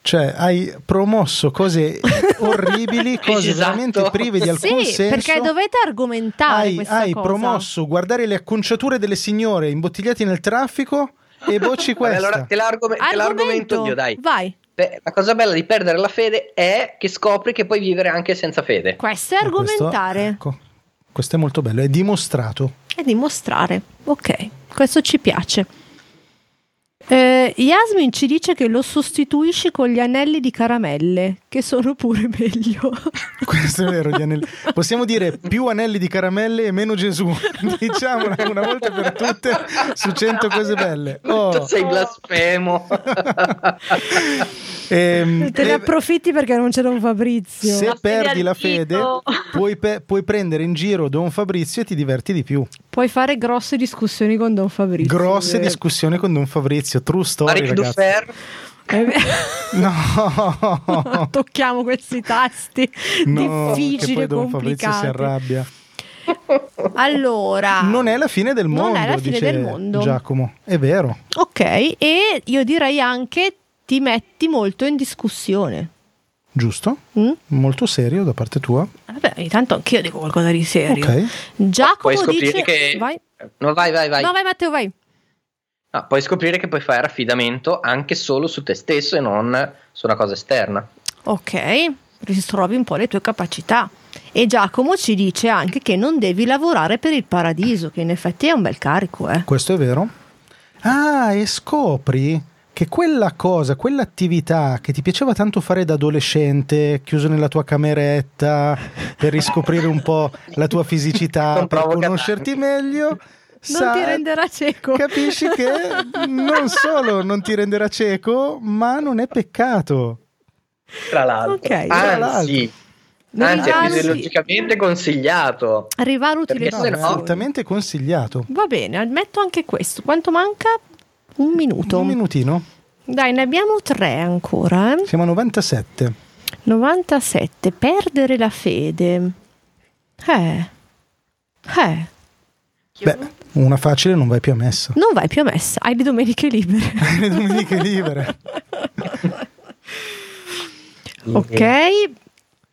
S2: Cioè, hai promosso cose orribili, cose
S5: Esatto.
S2: veramente prive di alcun
S1: sì,
S2: senso.
S1: perché dovete argomentare
S2: hai,
S1: questa
S2: hai
S1: cosa.
S2: promosso guardare le acconciature delle signore imbottigliate nel traffico e bocci
S5: Vabbè,
S2: questa.
S5: allora te, l'argom- te l'argomento io, dai.
S1: Vai,
S5: Beh, la cosa bella di perdere la fede è che scopri che puoi vivere anche senza fede.
S1: questo è
S2: E questo-
S1: argomentare
S2: ecco, questo è molto bello, è dimostrato.
S1: e dimostrare. Ok, questo ci piace. Eh, Yasmin ci dice che lo sostituisci con gli anelli di caramelle, che sono pure meglio.
S2: Questo è vero, gli anelli. Possiamo dire più anelli di caramelle e meno Gesù. Diciamola una volta per tutte su 100 cose belle.
S5: Tu
S2: Oh.
S5: sei blasfemo.
S2: Ehm,
S1: Te ne
S2: e-
S1: approfitti perché non c'era un Fabrizio.
S2: se
S4: La fede
S2: perdi
S4: al
S2: la fede,
S4: dito.
S2: puoi, pe- puoi prendere in giro Don Fabrizio e ti diverti di più.
S1: Puoi fare grosse discussioni con Don Fabrizio.
S2: Grosse
S1: Eh,
S2: discussioni con Don Fabrizio, true story,
S5: Marie
S2: ragazzi.
S5: Dufer,
S1: eh,
S2: No,
S1: Tocchiamo questi tasti
S2: no, che
S1: difficili
S2: poi
S1: e
S2: Don Fabrizio si
S1: complicati.
S2: arrabbia.
S1: Allora,
S2: Non è la fine del
S1: Ah. Non
S2: mondo,
S1: è la fine
S2: dice
S1: del mondo.
S2: Giacomo. È vero.
S1: ok, e io direi anche ti metti molto in discussione.
S2: Giusto?
S1: Mm?
S2: Molto serio da parte tua.
S1: Vabbè, intanto anch'io dico qualcosa di serio.
S2: Ok.
S5: puoi
S1: Giacomo
S5: scoprire
S1: dice
S5: che...
S1: vai.
S5: No, vai, vai, vai.
S1: No, vai Matteo, vai.
S5: No, puoi scoprire che puoi fare affidamento anche solo su te stesso e non su una cosa esterna.
S1: Ok, ristrovi un po' le tue capacità. E Giacomo ci dice anche che non devi lavorare per il paradiso, che in effetti è un bel carico, eh.
S2: Questo è vero. Ah, e scopri che quella cosa, quell'attività che ti piaceva tanto fare da adolescente, chiuso nella tua cameretta, per riscoprire un po' la tua fisicità,
S5: Non
S2: per
S5: provoca
S2: conoscerti meglio, non
S1: Non ti renderà cieco.
S2: Capisci che non solo non ti renderà cieco, ma non è peccato.
S5: Tra l'altro,
S1: Ok. Tra
S5: anzi,
S1: Non
S5: anzi,
S1: ridarsi-
S5: è fisiologicamente consigliato.
S1: Arrivare utile
S5: Perché se
S2: No,
S5: no-
S2: è altamente consigliato.
S1: Va bene, ammetto anche questo. Quanto manca? Un minuto.
S2: Un minutino,
S1: Dai, ne abbiamo tre ancora. eh.
S2: siamo a 97.
S1: 97. Perdere la fede. Eh. Eh.
S2: Beh, una facile non vai più a messa.
S1: Non vai più a messa, hai le domeniche libere.
S2: Le domeniche libere.
S1: ok.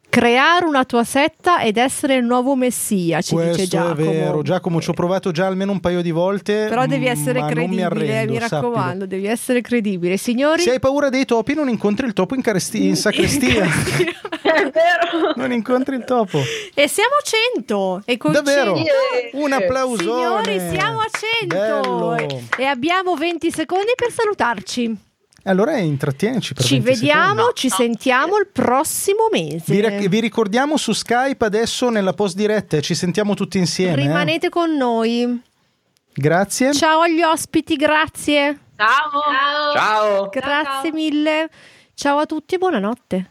S1: creare una tua setta ed essere il nuovo messia, ci
S2: Questo
S1: dice Giacomo.
S2: è vero, Giacomo ci ho provato già almeno un paio di volte.
S1: Però devi
S2: mm,
S1: essere
S2: ma non
S1: credibile, eh, mi,
S2: arrendo,
S1: raccomando,
S2: sappilo.
S1: devi essere credibile. Signori,
S2: Se hai paura dei topi, non incontri il topo in, caresti- in sacrestia.
S4: È vero.
S2: non incontri il topo.
S1: e siamo a 100 e con
S2: Davvero?
S1: 100
S2: Un applauso.
S1: Signori, siamo a 100 e abbiamo 20 secondi per salutarci.
S2: Allora intrattenici per
S1: Ci
S2: 20
S1: vediamo,
S2: secondi.
S1: ci sentiamo il prossimo mese.
S2: Vi, rac- vi ricordiamo su Skype adesso nella post diretta, ci sentiamo tutti insieme. eh.
S1: Rimanete con noi.
S2: Grazie.
S1: Ciao agli ospiti, grazie.
S4: Ciao.
S5: Ciao!
S1: Grazie mille. Ciao a tutti e buonanotte.